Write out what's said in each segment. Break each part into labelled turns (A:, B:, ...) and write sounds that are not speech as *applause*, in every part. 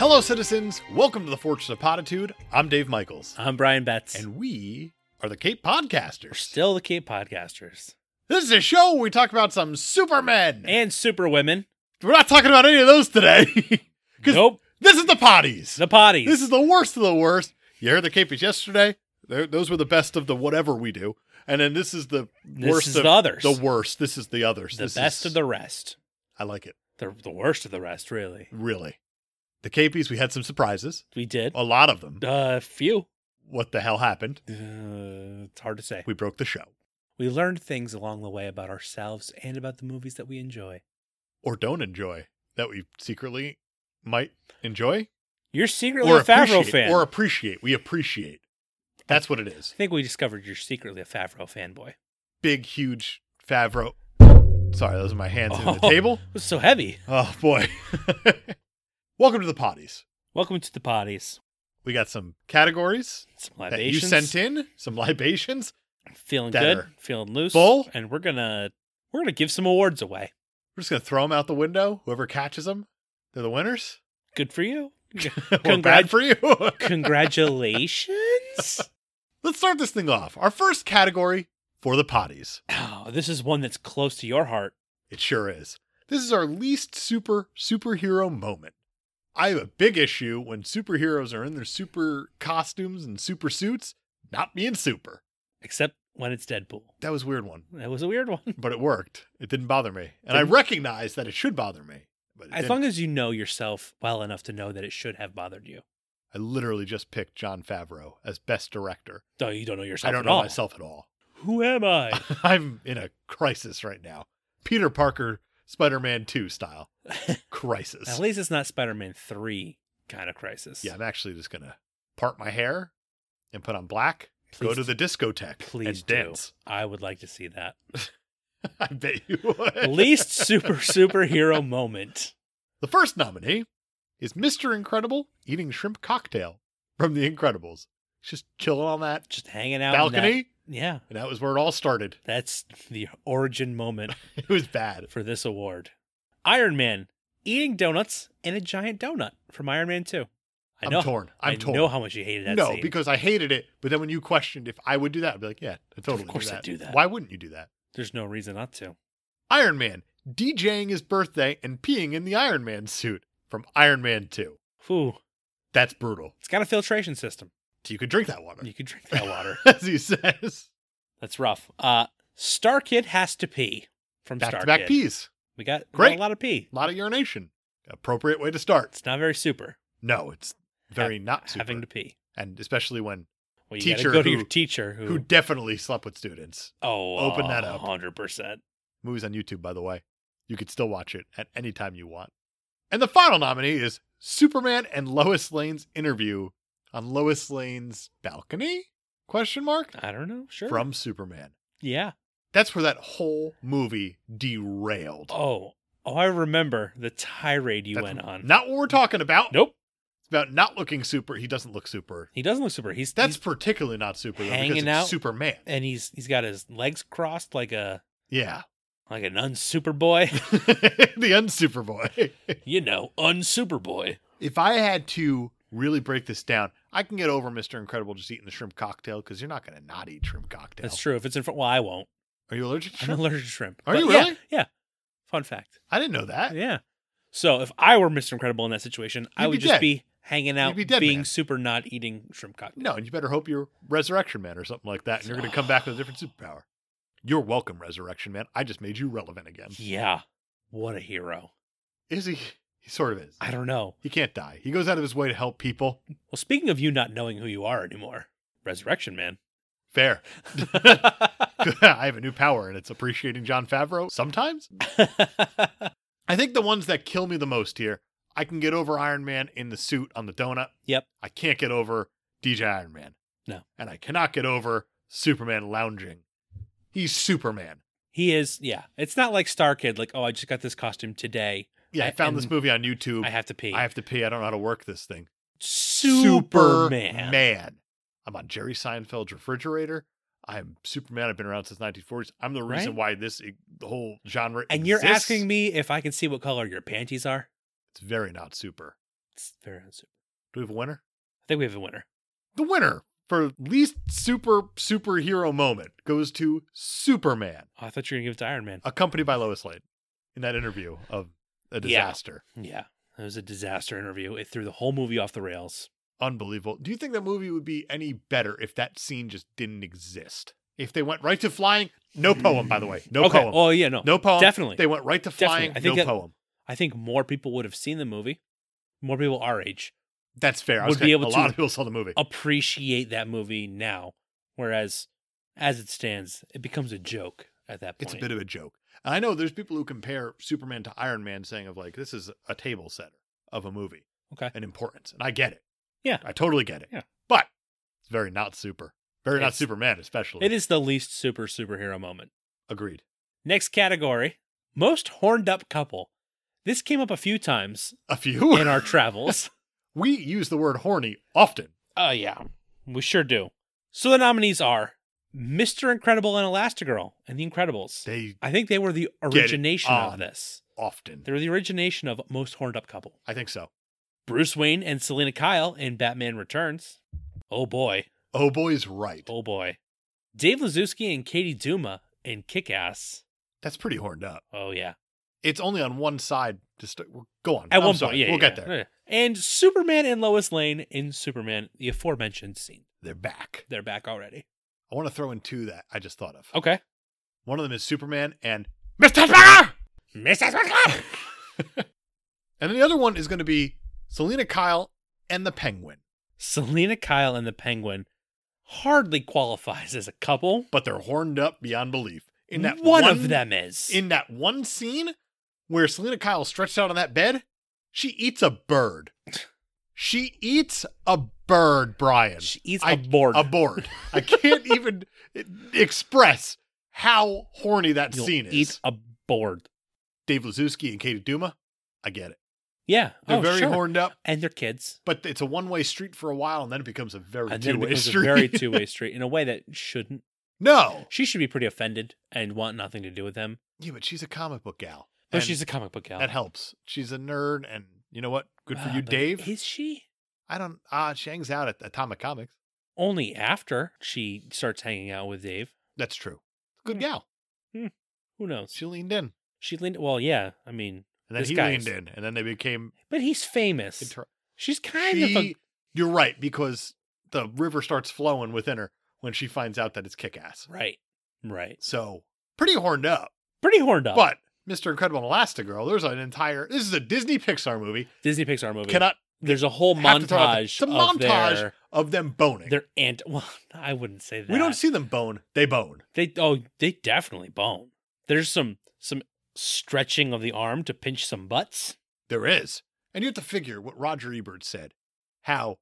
A: Hello, citizens. Welcome to the Fortress of Potitude. I'm Dave Michaels,
B: I'm Brian Betts.
A: and we are the Cape Podcasters.
B: still the Cape Podcasters.
A: This is a show where we talk about some supermen.
B: And Superwomen.
A: We're not talking about any of those today. *laughs* 'Cause
B: Nope.
A: This is the potties.
B: The potties.
A: This is the worst of the worst. You heard the Capies yesterday. They're, those were the best of the whatever we do. And then this is the
B: This
A: worst
B: is
A: of
B: the others.
A: The worst. This is the others.
B: the
A: This
B: best
A: is-
B: of the rest.
A: I like it.
B: The, the worst of the rest, really.
A: Really. The Capies, we had some surprises.
B: We did.
A: A lot of them.
B: A uh, few.
A: What the hell happened?
B: Uh, it's hard to say.
A: We broke the show.
B: We learned things along the way about ourselves and about the movies that we enjoy.
A: Or don't enjoy that we secretly might enjoy
B: You're secretly
A: or
B: a Favreau
A: appreciate-
B: fan.
A: Or
B: I
A: appreciate. We appreciate. That's what it is.
B: think we discovered you're secretly a Favreau fanboy.
A: Big, huge Favreau. Sorry, those are my hands in the
B: Oh. *laughs*
A: table.
B: It was so heavy.
A: Oh boy. *laughs* Welcome to the potties.
B: Welcome to the potties.
A: We got some categories
B: Some
A: that you
B: libations.
A: sent in, some libations.
B: Feeling
A: that
B: good.
A: are
B: Feeling loose.
A: full.
B: And we're gonna we're gonna give some awards away.
A: We're just going to throw them out the window. Whoever catches them, they're the winners. *laughs*
B: Good for you.
A: Or bad
B: Congrat-
A: for you. *laughs*
B: Congratulations.
A: Let's start this thing off. Our first category for the potties.
B: oh, this is one that's close to your heart.
A: It sure is. This is our least super superhero moment. I have a big issue when superheroes are in their super costumes and super suits, not being super.
B: Except when it's Deadpool.
A: That was a weird one.
B: That was a weird one.
A: but it worked. It didn't bother me, and I
B: Didn't-
A: recognize that it should bother me. But it
B: As
A: didn't.
B: long as you know yourself well enough to know that it should have bothered you.
A: I literally just picked John Favreau as best director,
B: No, you don't know yourself.
A: I don't
B: at
A: know
B: all.
A: myself at
B: *laughs*
A: all.
B: Who
A: *laughs*
B: am I?
A: I'm in a crisis right now. Peter Parker, Spider-Man Two
B: *laughs*
A: style
B: at
A: crisis.
B: least it's not Spider-Man three kind of crisis.
A: yeah, I'm actually just gonna part my hair and put on black. go
B: Please-
A: to the discotheque
B: please
A: and
B: do.
A: dance. *laughs*
B: I would like to see that.
A: I bet you would. *laughs*
B: Least super superhero moment.
A: The first nominee is Mr. Incredible eating shrimp cocktail from The Incredibles. Just chilling on that
B: Just hanging out in that-
A: balcony.
B: Yeah,
A: And that was where it all started. *laughs*
B: that's the origin moment
A: It was bad.
B: for this award. Iron Man eating donuts and a giant donut from Iron Man 2. I
A: I'm
B: know.
A: torn. I'm
B: I
A: torn.
B: know how much you hated that
A: no,
B: scene.
A: because I hated it. But then when you questioned if I would do that, I'd be like, yeah, I totally
B: course
A: do
B: I'd
A: that.
B: do that.
A: Why wouldn't you do that?
B: There's no reason not to.
A: Iron Man DJing his birthday and peeing in the Iron Man suit from Iron Man 2.
B: Whew.
A: That's brutal.
B: It's got a filtration system.
A: So you could drink that water,
B: You can drink that water.
A: *laughs*
B: *laughs*
A: as he says.
B: That's rough. Uh, Star Kid has to pee from
A: Back
B: Star
A: to back
B: Kid.
A: peas.
B: We got, we got
A: Great.
B: a lot of pee.
A: A lot of urination. Appropriate way to start.
B: It's not very super.
A: No, it's very not super.
B: Having to pee.
A: and especially when
B: Well, you got
A: Teacher
B: to go to
A: who-
B: your teacher who,
A: who definitely slept with students.
B: oh,
A: opened that up.
B: 100%.
A: Movies on YouTube, by the way. You could still watch it at any time you want. And the final nominee is Superman and Lois Lane's interview on Lois Lane's balcony? Question mark
B: I don't know. Sure.
A: from Superman.
B: yeah.
A: That's where that whole movie derailed.
B: Oh, oh, I remember the tirade you
A: That's
B: went on.
A: Not what we're talking about.
B: nope.
A: It's about not looking super. He doesn't look super.
B: He doesn't look super. He's
A: That's
B: he's-
A: particularly not super though, because
B: hanging
A: it's
B: out.
A: Superman.
B: and he's he's got his legs crossed like a
A: Yeah, *laughs*
B: like an unsuper boy.
A: the unsuperboy.
B: you know, unsuper boy.
A: If I had to really break this down, I can get over Mr. Incredible just eating the shrimp cocktail because you're not going to not eat shrimp cocktail.
B: That's true. If it's in front, well, I won't.
A: Are you allergic to
B: I'm
A: shrimp?
B: allergic to shrimp.
A: Are you
B: yeah,
A: really?
B: Yeah. Fun fact.
A: I didn't know that.
B: Yeah. So if I were Mr. Incredible in that situation, I
A: You'd
B: would
A: be
B: just
A: dead.
B: be hanging out,
A: be dead
B: being
A: man.
B: super, not eating shrimp cocktail.
A: No, and you better hope you're Resurrection Man or something like that, and you're going to come back with a different superpower. You're welcome, Resurrection Man. I just made you relevant again.
B: Yeah. What a hero.
A: Is he? He sort of is.
B: I don't know.
A: He can't die. He goes out of his way to help people.
B: Well, speaking of you not knowing who you are anymore,
A: *laughs*
B: Resurrection Man.
A: Fair. I have a new power, and it's appreciating John Favreau sometimes. I think the ones that kill me the most here, I can get over Iron Man in the suit on the donut.
B: Yep.
A: I can't get over DJ Iron Man.
B: No.
A: And I cannot get over Superman lounging. He's Superman.
B: He is, yeah. It's not like Star Kid, like, oh, I just got this costume today.
A: Yeah, I,
B: I-
A: found this
B: and
A: movie on YouTube.
B: I have to pee.
A: I have to pee. I don't know how to work this thing.
B: Superman.
A: Superman. I'm on Jerry Seinfeld's refrigerator. I'm Superman. I've been around since 1940s. I'm the reason
B: Right?
A: why this e- the whole genre.
B: And you're
A: exists.
B: asking me if I can see what color your panties are?
A: It's very not super.
B: It's very unsuper.
A: Do we have a winner?
B: I think we have a winner.
A: The winner for least super superhero moment goes to Superman,
B: Oh, I thought you were going to give it to Iron Man.
A: accompanied by Lois Lane in that interview of a disaster.
B: yeah. It was a disaster interview. It threw the whole movie off the rails.
A: Unbelievable. Do you think that movie would be any better if that scene just didn't exist? If they went right to flying, no poem, by the way. No
B: okay.
A: poem.
B: Oh, yeah, no.
A: no poem.
B: Definitely.
A: They went right to
B: Definitely.
A: flying,
B: I think
A: no
B: that-
A: poem.
B: I think more people would have seen the movie. More people our age
A: That's fair. I was
B: would be
A: gonna-
B: able
A: a
B: to- Oh,
A: lot of people saw the movie.
B: appreciate that movie now. Whereas, as it stands, it becomes a joke at that point.
A: It's a bit of a joke. And I know there's people who compare Superman to Iron Man, saying of like this is a table setter of a movie
B: Okay.
A: and importance, and I get it.
B: Yeah.
A: I totally get it.
B: Yeah.
A: but it's very not super, very not
B: It's-
A: Superman, especially.
B: It is the least super superhero moment.
A: agreed.
B: Next category most horned up couple. This came up a few times
A: A few.
B: *laughs* in our travels.
A: we use the word horny often.
B: Oh, yeah. We sure do. So the nominees are Mr. Incredible and Elastigirl and The Incredibles.
A: They
B: I think they were the
A: it
B: origination
A: on.
B: of this.
A: often.
B: They were the origination of most horned up couple.
A: I think so.
B: Bruce Wayne and Selena Kyle in Batman Returns. Oh boy.
A: Oh boy's right.
B: Oh boy. Dave Lazowski and Katie Duma in Kick Ass.
A: That's pretty horned up.
B: Oh yeah.
A: It's only on one side. Just go on.
B: At
A: I'm
B: one
A: sorry.
B: point, yeah,
A: we'll
B: yeah,
A: get
B: yeah.
A: there.
B: And Superman and Lois Lane in Superman, the aforementioned scene.
A: They're back.
B: They're back already.
A: I want to throw in two that I just thought of.
B: Okay.
A: One of them is Superman and Mr. Spock!
B: Mrs.
A: And then the other one is going to be Selena Kyle and the Penguin,
B: Selena Kyle and the Penguin hardly qualifies as a couple.
A: but they're horned up beyond belief. In that
B: one, of them is.
A: in that one scene where Selena Kyle stretched out on that bed, she eats a bird. She eats a bird, Brian.
B: she eats
A: I-
B: a board.
A: A bird. I
B: *laughs*
A: can't even express how horny that
B: You'll
A: scene is.
B: eat a board.
A: Dave Lazowski and Katie Duma. I get it.
B: Yeah.
A: They're
B: oh,
A: very
B: sure.
A: horned up.
B: And their kids.
A: but it's a one-way street for a while, and then it becomes a very
B: and then it
A: two-way
B: becomes
A: street.
B: a very two-way street in a way that shouldn't.
A: *laughs* no,
B: She should be pretty offended and want nothing to do with them.
A: yeah, but she's a comic book gal,
B: But
A: and
B: she's a comic book gal.
A: that helps. She's a nerd, and you know what? Good for
B: Ah,
A: you,
B: but
A: Dave.
B: Is she?
A: I don't. Ah, she hangs out at Atomic Comics.
B: Only after she starts hanging out with Dave.
A: That's true. Good
B: Hmm.
A: gal.
B: Who knows?
A: She leaned in,
B: She leaned. Well, yeah. I mean,
A: and then
B: This
A: he
B: guy
A: leaned
B: is-
A: in, and then they became.
B: but he's famous.
A: Inter-
B: She's kind
A: she,
B: of a.
A: You're right because the river starts flowing within her when she finds out that it's Kick-Ass.
B: Right. Right.
A: So pretty horned up,
B: Pretty horned up.
A: but. Mr. Incredible and Elastigirl, there's an entire. This is a Disney Pixar movie.
B: Disney Pixar movie.
A: Cannot
B: There's a whole
A: have to throw out the-
B: montage.
A: it's a
B: of
A: montage
B: Their,
A: of them boning.
B: their ant. *laughs* Well, I wouldn't say that.
A: We don't see them bone. They bone.
B: They oh they definitely bone. There's some some stretching of the arm to pinch some butts.
A: There is. And you have to figure what Roger Ebert said. How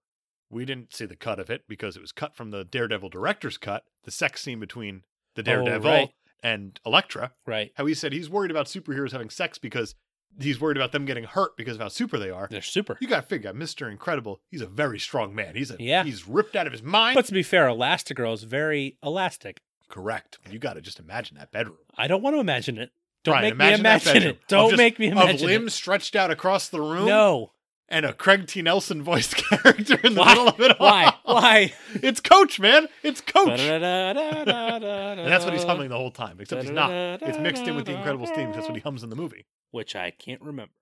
A: we didn't see the cut of it because it was cut from the Daredevil director's cut, the sex scene between the Daredevil
B: Oh, right.
A: and Elektra.
B: Right.
A: How he said he's worried about superheroes having sex because he's worried about them getting hurt because of how super they are.
B: They're super.
A: You gotta figure out Mr. Incredible, he's a very strong man. He's a
B: Yeah.
A: he's ripped out of his mind.
B: But to be fair, Elastigirl is very elastic.
A: Correct. You gotta just imagine that bedroom.
B: I don't want to imagine it. Don't
A: Brian,
B: make
A: imagine
B: me
A: that
B: imagine
A: bedroom
B: it.
A: of
B: Don't
A: just-
B: make me
A: Of
B: imagine
A: limbs stretched out across the
B: it.
A: room. *laughs*
B: No.
A: and a Craig T. Nelson voiced *laughs* character in the
B: Why?
A: middle of it all. *laughs*
B: Why? Why?
A: It's Coach, man. It's Coach. and
B: and
A: that's what he's humming the whole time, except he's not. It's mixed in with the Incredibles theme. 'cause That's what he hums in the movie.
B: Which I can't remember.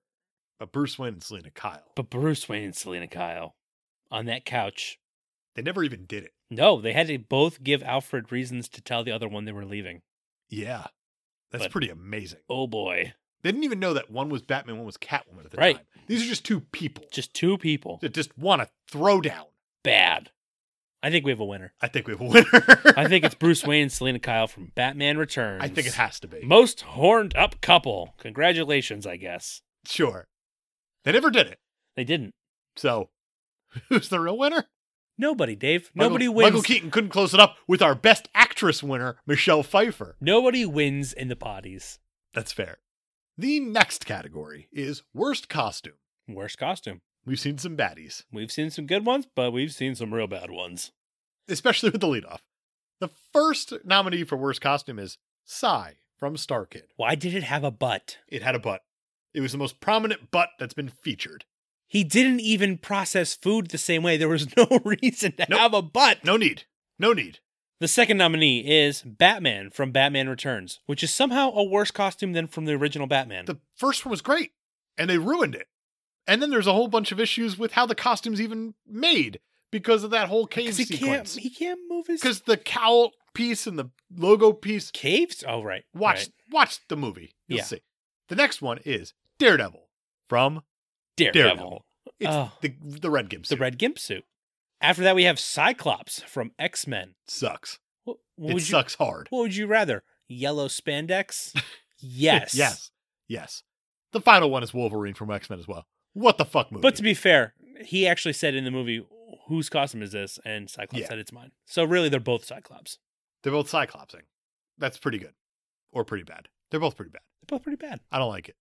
A: But Bruce Wayne and Selena Kyle,
B: But Bruce Wayne and Selena Kyle on that couch.
A: they never even did it.
B: No, they had to both give Alfred reasons to tell the other one they were leaving.
A: Yeah. That's
B: But-
A: pretty amazing.
B: Oh boy.
A: They didn't even know that one was Batman, one was Catwoman at the
B: Right.
A: time. These are just two people
B: Just two people.
A: that just want to throw down.
B: Bad. I think we have a winner.
A: I think we have a winner. *laughs*
B: I think it's Bruce Wayne and Selena Kyle from Batman Returns.
A: I think it has to be.
B: Most horned up couple. Congratulations, I guess.
A: Sure. They never did it.
B: They didn't.
A: So *laughs* who's the real winner?
B: Nobody, Dave.
A: Michael-
B: Nobody wins.
A: Michael Keaton couldn't close it up with our best actress winner, Michelle Pfeiffer.
B: Nobody wins in the potties.
A: That's fair. The next category is worst costume.
B: Worst costume.
A: We've seen some baddies,
B: We've seen some good ones, but we've seen some real bad ones.
A: especially with the leadoff. The first nominee for worst costume is Psy from Star Kid.
B: Why did it have a butt?
A: It had a butt. It was the most prominent butt that's been
B: *laughs*
A: featured.
B: He didn't even process food the same way. There was *laughs* no reason to
A: Nope.
B: have a butt.
A: No need. No need.
B: The second nominee is Batman from Batman Returns, which is somehow a worse costume than from the original Batman.
A: The first one was great, and they ruined it. And then there's a whole bunch of issues with how the costume's even made because of that whole cave
B: Because he can't,
A: sequence.
B: he can't move his
A: Because the cowl piece and the logo piece.
B: caves. Oh right,
A: Watch
B: right.
A: watch the movie. You'll
B: Yeah.
A: see. The next one is Daredevil from
B: Daredevil,
A: Daredevil. it's
B: Oh.
A: the the red gimp
B: the
A: suit.
B: red gimp suit. After that, we have Cyclops from X Men.
A: sucks.
B: What,
A: it
B: what would you?
A: sucks hard.
B: What would you rather?
A: *laughs*
B: Yellow spandex. Yes.
A: yes. Yes. The final one is Wolverine from X Men as well. What the fuck movie?
B: But to be fair, he actually said in the movie, "Whose costume is this?" And Cyclops
A: Yeah.
B: said, "It's mine." So really, they're both Cyclops.
A: They're both cyclopsing. That's pretty good, or pretty bad. They're both pretty bad.
B: They're both pretty bad.
A: I don't like it.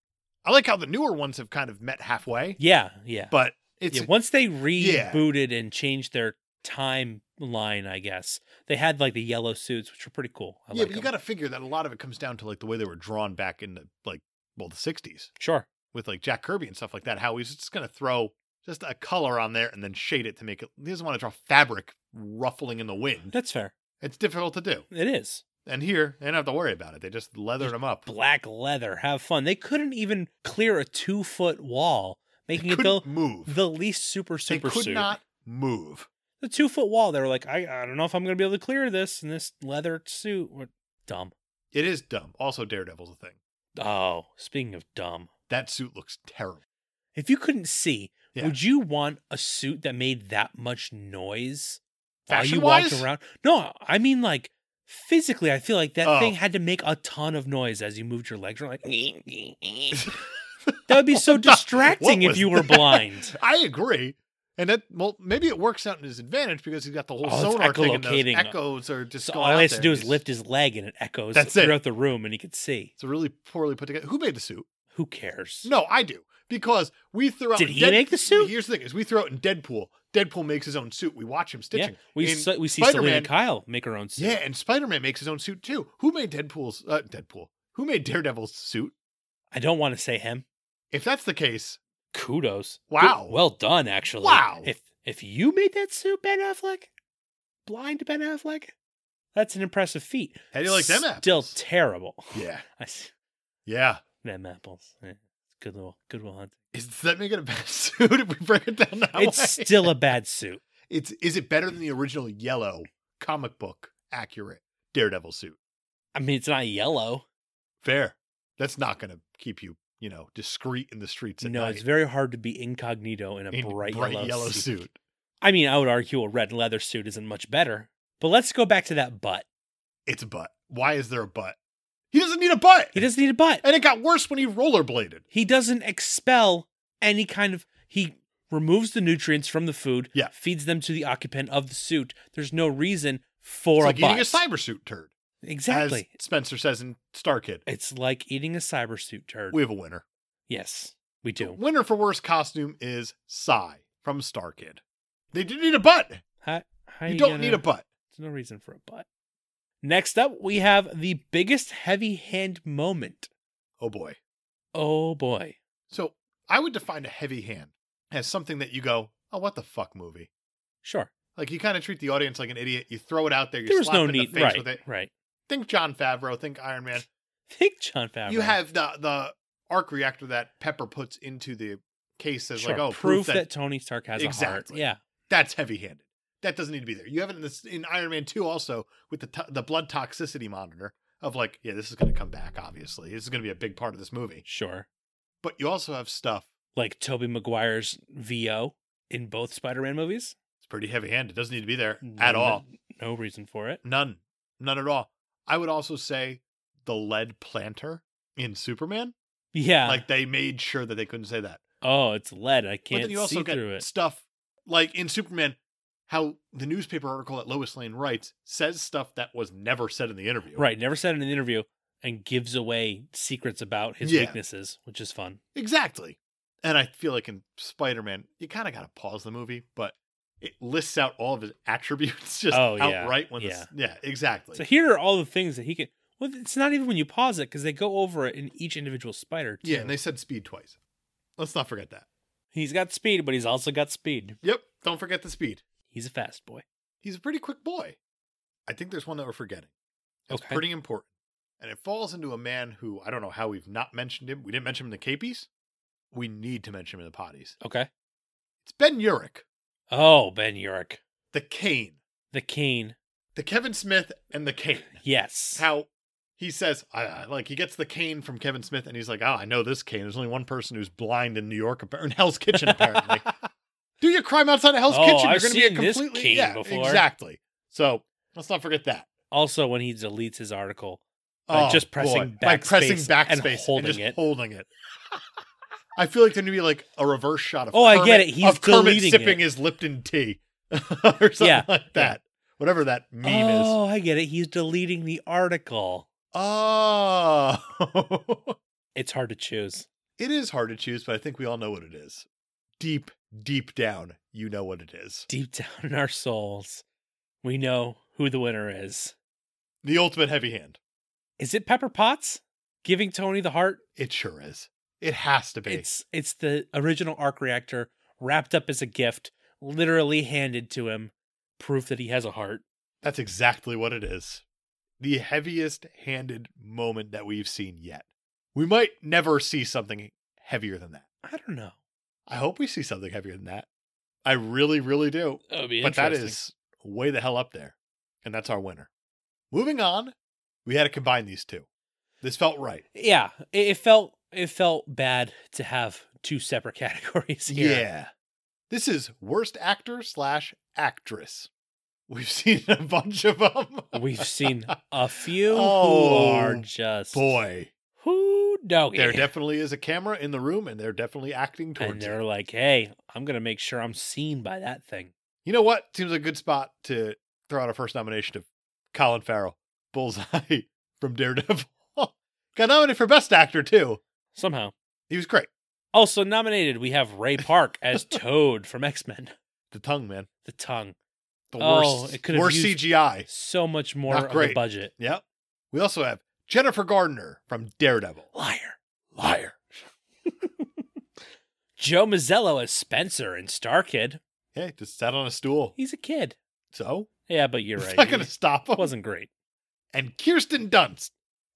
A: I like how the newer ones have kind of met halfway,
B: Yeah, yeah.
A: but it's
B: yeah, once they rebooted and changed their timeline, I guess they had like the yellow suits, which were pretty cool. I
A: yeah.
B: like
A: but you got
B: them.
A: to figure that a lot of it comes down to like the way they were drawn back in the like well the '60s
B: sure.
A: with like Jack Kirby and stuff like that. How he's just gonna throw just a color on there and then shade it to make it. He doesn't want to draw fabric ruffling in the
B: *laughs*
A: wind.
B: That's fair.
A: It's difficult to do.
B: It is
A: And here they don't have to worry about it. They just leathered them up.
B: black leather. Have fun. They couldn't even clear a two foot wall,
A: They
B: making it the
A: couldn't move.
B: the least super
A: they
B: super
A: could
B: suit.
A: not move.
B: the two foot wall. They were like, I, I don't know if I'm gonna be able to clear this in this leather suit. What dumb.
A: It is dumb. Also, Daredevil's a thing.
B: Oh, speaking of dumb,
A: That suit looks
B: *laughs*
A: terrible. *laughs*
B: if you couldn't see,
A: Yeah.
B: would you want a suit that made that much noise while you
A: Fashion-wise?
B: walked around? No, I mean like physically. I feel like that
A: Oh.
B: thing had to make a ton of noise as you moved your legs. around, like
A: *laughs*
B: that would be so
A: What the- Oh, what
B: distracting if
A: was
B: you were
A: that?
B: blind.
A: *laughs* I agree. And that well, maybe it works out in his advantage because he's got the whole
B: Oh, it's
A: sonar thing. And those
B: echolocating. uh,
A: echoes are just
B: So
A: going
B: all
A: out
B: he has to
A: there
B: do
A: and
B: is
A: he's-
B: lift his leg, and it echoes
A: That's it.
B: throughout the room, and he could see.
A: It's a really poorly put together. Who made the suit?
B: Who cares?
A: No, I do because we threw out.
B: Did
A: in
B: he make the suit?
A: Here's the thing: is we throw out in Deadpool. Deadpool makes his own suit. We watch him
B: yeah,
A: stitching.
B: we
A: In
B: so- we see
A: Spider-Man-
B: Selena Kyle make her own suit.
A: Yeah, and Spider Man makes his own suit too. Who made Deadpool's uh, Deadpool? Who made Daredevil's suit?
B: I don't want to say him.
A: If that's the case,
B: Kudos. Good-
A: Wow.
B: well done, actually.
A: Wow.
B: If if you made that suit, Ben Affleck, blind Ben Affleck, that's an impressive feat.
A: how do you like them apples?
B: Still terrible.
A: yeah,
B: *laughs* I s-
A: yeah.
B: them apples. Eh, Good little, good little hunt.
A: Is does that make it a bad *laughs* suit if we break it down that
B: It's
A: way?
B: still a bad suit.
A: It's is it better than the original yellow comic book accurate Daredevil suit?
B: I mean, it's not yellow.
A: Fair. That's not going to keep you, you know, discreet in the streets at
B: no,
A: night.
B: it's very hard to be incognito in a
A: in
B: bright, yellow, suit.
A: suit.
B: I mean, I would argue a red leather suit isn't much better. But let's go back to that butt.
A: It's a butt. Why is there a butt? He doesn't need a butt.
B: He doesn't need a butt.
A: And it got worse when he rollerbladed.
B: he doesn't expel any kind of he removes the nutrients from the food
A: Yeah.
B: feeds them to the occupant of the suit there's no reason for
A: it's
B: a
A: like
B: bot
A: eating a cyber suit turd.
B: exactly
A: As Spencer says in Star Kid.
B: it's like eating a cyber suit turd
A: We have a winner.
B: yes we
A: The
B: do
A: winner for worst costume is Psy from Star Kid. They do need a butt.
B: How- how
A: you don't
B: gonna-
A: need a butt.
B: there's no reason for a butt next up we have the biggest heavy hand moment
A: Oh boy.
B: oh boy
A: So I would define a heavy hand as something that you go, oh, what the fuck movie?
B: sure
A: Like you kind of treat the audience like an idiot. You throw it out there. You
B: there was
A: slap
B: no
A: it in
B: need
A: the face
B: right
A: with it.
B: right *laughs*
A: Think John Favreau. Think Iron Man.
B: think john Favreau.
A: You have the the arc reactor that Pepper puts into the case as
B: sure,
A: like, oh,
B: proof, that, tony stark has
A: Exactly.
B: a heart
A: that's heavy handed. That doesn't need to be there. You have it in this in Iron Man two also with the to- the blood toxicity monitor of like, yeah, this is going to come back. Obviously, this is going to be a big part of this
B: yeah
A: movie.
B: sure
A: But you also have stuff.
B: like Toby Maguire's VO in both Spider-Man movies.
A: It's pretty heavy handed. It doesn't need to be there at
B: No-
A: all.
B: No reason for it.
A: None. None at all. I would also say the lead planter in Superman.
B: Yeah.
A: Like they made sure that they couldn't say that.
B: oh, it's lead. I
A: but
B: can't
A: then you also
B: see
A: get
B: through it.
A: stuff like in Superman, how the newspaper article that Lois Lane writes says stuff that was never said in the interview.
B: Right. Never said in an interview and gives away secrets about his
A: Yeah.
B: weaknesses, which is fun.
A: Exactly. And I feel like in Spider Man, you kind of got to pause the movie, but it lists out all of his *laughs* attributes just
B: Oh, yeah.
A: outright. When the-
B: Yeah.
A: yeah, exactly.
B: So here are all the things that he can. Well, it's not even when you pause it because they go over it in each individual spider. Too.
A: yeah, and they said speed twice. Let's not forget that.
B: he's got speed, but he's also got speed.
A: Yep, don't forget the speed.
B: He's a fast boy.
A: He's a pretty quick boy. I think there's one that we're forgetting. It's
B: Okay.
A: pretty important. And it falls into a man who I don't know how we've not mentioned him. We didn't mention him in the capies. We need to mention him in the potties.
B: Okay.
A: It's Ben Urich,
B: Oh, Ben Urich,
A: the Kane,
B: the Kane.
A: the Kevin Smith, and the Kane.
B: Yes.
A: How he says, I- I, like he gets the cane from Kevin Smith, and he's like, "Oh, I know this cane. There's only one person who's blind in New York, appa- in Hell's Kitchen,
B: *laughs*
A: apparently." Do your crime outside of Hell's
B: Oh,
A: Kitchen.
B: I've
A: You're
B: seen
A: to be a
B: this
A: completely
B: cane
A: yeah,
B: before.
A: exactly. So let's not forget that.
B: also, when he deletes his article, By
A: Oh,
B: just pressing
A: boy. by pressing
B: backspace
A: backspace
B: and
A: and
B: holding
A: just
B: it.
A: holding it. *laughs* I feel like there need to be like a reverse shot of
B: Oh, I
A: Kermit,
B: get it. He's
A: of Kermit
B: deleting
A: sipping
B: it.
A: his Lipton tea *laughs* or something
B: Yeah,
A: like that. Whatever that meme is.
B: oh, I get it. He's deleting the article.
A: Oh, *laughs*
B: It's hard to choose.
A: it is hard to choose, but I think we all know what it is. Deep, deep down, you know what it is.
B: Deep *laughs* down in our souls, we know who the winner is.
A: The ultimate heavy hand.
B: Is it Pepper Potts giving Tony the heart?
A: It sure is. It has to be.
B: It's it's the original arc reactor wrapped up as a gift, literally handed to him, proof that he has a heart.
A: That's exactly what it is. The heaviest handed moment that we've seen yet. We might never see something heavier than that.
B: I don't know.
A: I hope we see something heavier than that. I really, really do.
B: That would be
A: But that
B: interesting.
A: is way the hell up there. And that's our winner. Moving on, we had to combine these two. This felt right.
B: yeah. It, it felt it felt bad to have two separate *laughs* categories. Here.
A: This is worst actor slash actress. We've *laughs* seen a bunch of them.
B: We've seen a few
A: Oh,
B: who are just
A: Boy.
B: who doggy.
A: There definitely is a camera in the room, and they're definitely acting
B: and
A: towards
B: they're
A: it.
B: like, "Hey, I'm gonna make sure I'm seen by that thing."
A: You know what? Seems like a good spot to throw out our first nomination of Colin Farrell, Bullseye *laughs* from Daredevil. *laughs* Got nominated for Best Actor too.
B: Somehow,
A: He was great.
B: also nominated, we have Ray Park
A: *laughs*
B: as Toad from X Men.
A: The tongue, man.
B: The tongue,
A: The
B: Oh,
A: worst.
B: it could have
A: worst
B: used-
A: CGI.
B: so much more
A: Not
B: of
A: great.
B: the budget.
A: Yep. We also have Jennifer Gardner from Daredevil.
B: Liar.
A: Liar.
B: Joe Mazzello as Spencer in Star Kid.
A: Hey, just sat on a stool.
B: He's a kid.
A: So
B: Yeah,
A: *laughs*
B: but you're
A: it's
B: right.
A: not going to stop him.
B: It wasn't great.
A: And Kirsten Dunst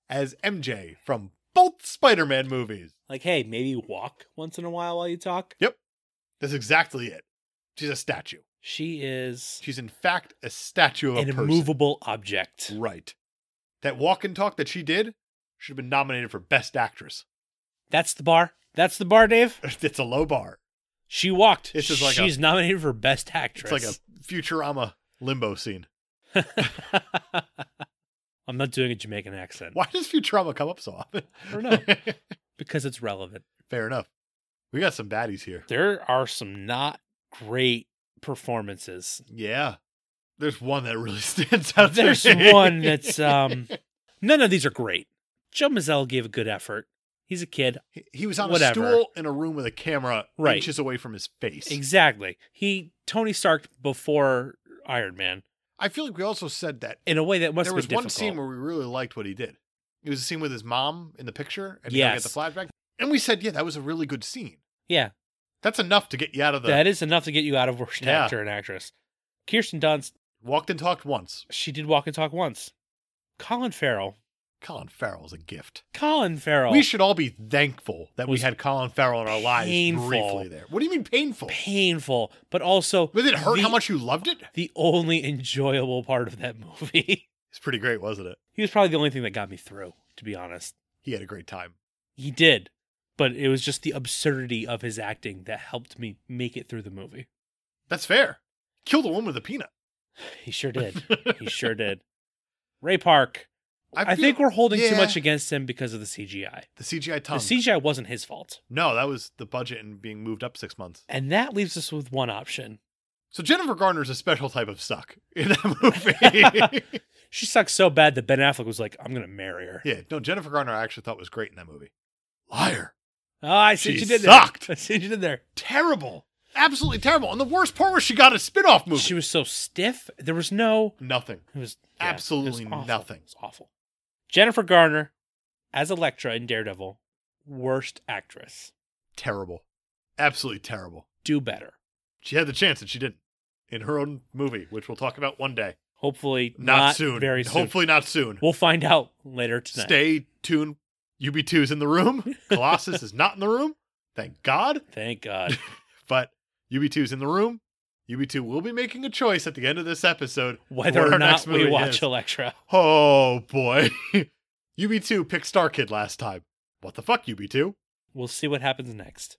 A: as MJ from both Spider-Man movies.
B: Like, hey, maybe walk once in a while while you talk.
A: That's exactly it. She's a statue.
B: She is
A: She's in fact a statue of
B: an
A: a person.
B: immovable object.
A: Right. That walk and talk that she did should have been nominated for Best Actress. *laughs*
B: That's the bar. That's the bar, Dave.
A: It's a low bar.
B: She walked.
A: This is like a-
B: She's nominated for Best Actress.
A: It's like a Futurama limbo scene.
B: *laughs* I'm not doing a Jamaican accent
A: Why does Futurama come up so often?
B: I don't know. *laughs* because it's relevant.
A: *laughs* Fair enough. We got some baddies here.
B: There are some not great
A: *laughs*
B: performances.
A: Yeah. There's one that really *laughs* stands out. to
B: There's
A: me.
B: one that's um none of these are great. Joe Mazzell gave a good effort. He's a kid.
A: *laughs* He- he was on
B: whatever.
A: a stool in a room with a camera
B: Right.
A: inches away from his face.
B: Exactly. He Tony Stark before Iron Man
A: I feel like we also said that
B: in a way that must
A: there
B: have
A: was
B: been
A: one
B: difficult.
A: scene where we really liked what he did. It was a scene with his mom in the picture, and you
B: Yes.
A: got the flashback. And we said, yeah, that was a really good scene.
B: yeah,
A: That's enough to get you out of the
B: that is enough to get you out of worst
A: Yeah.
B: actor and actress. Kirsten Dunst,
A: walked and talked once.
B: she did walk and talk once. Colin Farrell,
A: Colin Farrell's a gift.
B: Colin Farrell,
A: We should all be thankful that we
B: Was
A: had Colin Farrell in our lives
B: painful.
A: briefly there. What do you mean painful?
B: painful, but also
A: Did it hurt
B: the-
A: how much you loved it?
B: the only enjoyable part of that *laughs* movie.
A: It's pretty great, wasn't it?
B: he was probably the only thing that got me through, to be honest.
A: He had a great time.
B: He did, but it was just the absurdity of his acting that helped me make it through the movie.
A: That's fair. Killed a woman with a peanut. *laughs*
B: He sure did. he sure did. Ray Park, I,
A: feel-
B: think we're holding
A: yeah.
B: too much against him because of the CGI.
A: the CGI tongue.
B: The CGI wasn't his fault.
A: no, that was the budget and being moved up six months.
B: And that leaves us with one option.
A: So Jennifer Garner's a special type of suck in that
B: *laughs*
A: movie.
B: She sucks so bad that Ben Affleck was like, I'm going to marry her.
A: yeah, no, Jennifer Garner I actually thought was great in that movie. Liar.
B: Oh, I see
A: She
B: what you did
A: sucked.
B: there. I see what you did there.
A: Terrible. Absolutely terrible. And the worst part was she got a spin-off movie.
B: She was so stiff. There was no.
A: Nothing.
B: It was it was
A: Absolutely
B: awful.
A: nothing.
B: It was awful. Jennifer Garner as Electra in Daredevil, worst actress.
A: Terrible. Absolutely terrible.
B: Do better.
A: She had the chance and she didn't. In her own movie, which we'll talk about one day.
B: Hopefully
A: Not,
B: not,
A: soon.
B: Very soon.
A: Hopefully not soon.
B: we'll find out later tonight.
A: Stay tuned. UB2's in the room. Colossus is not in the room. Thank God. *laughs*
B: Thank God.
A: But UB2's in the room. UB2 will be making a choice at the end of this episode
B: Whether
A: what
B: or
A: our
B: not
A: next
B: we
A: movie
B: watch
A: is.
B: Electra.
A: Oh boy. *laughs* UB2 picked Star Kid last time. What the fuck, UB2?
B: We'll see what happens next.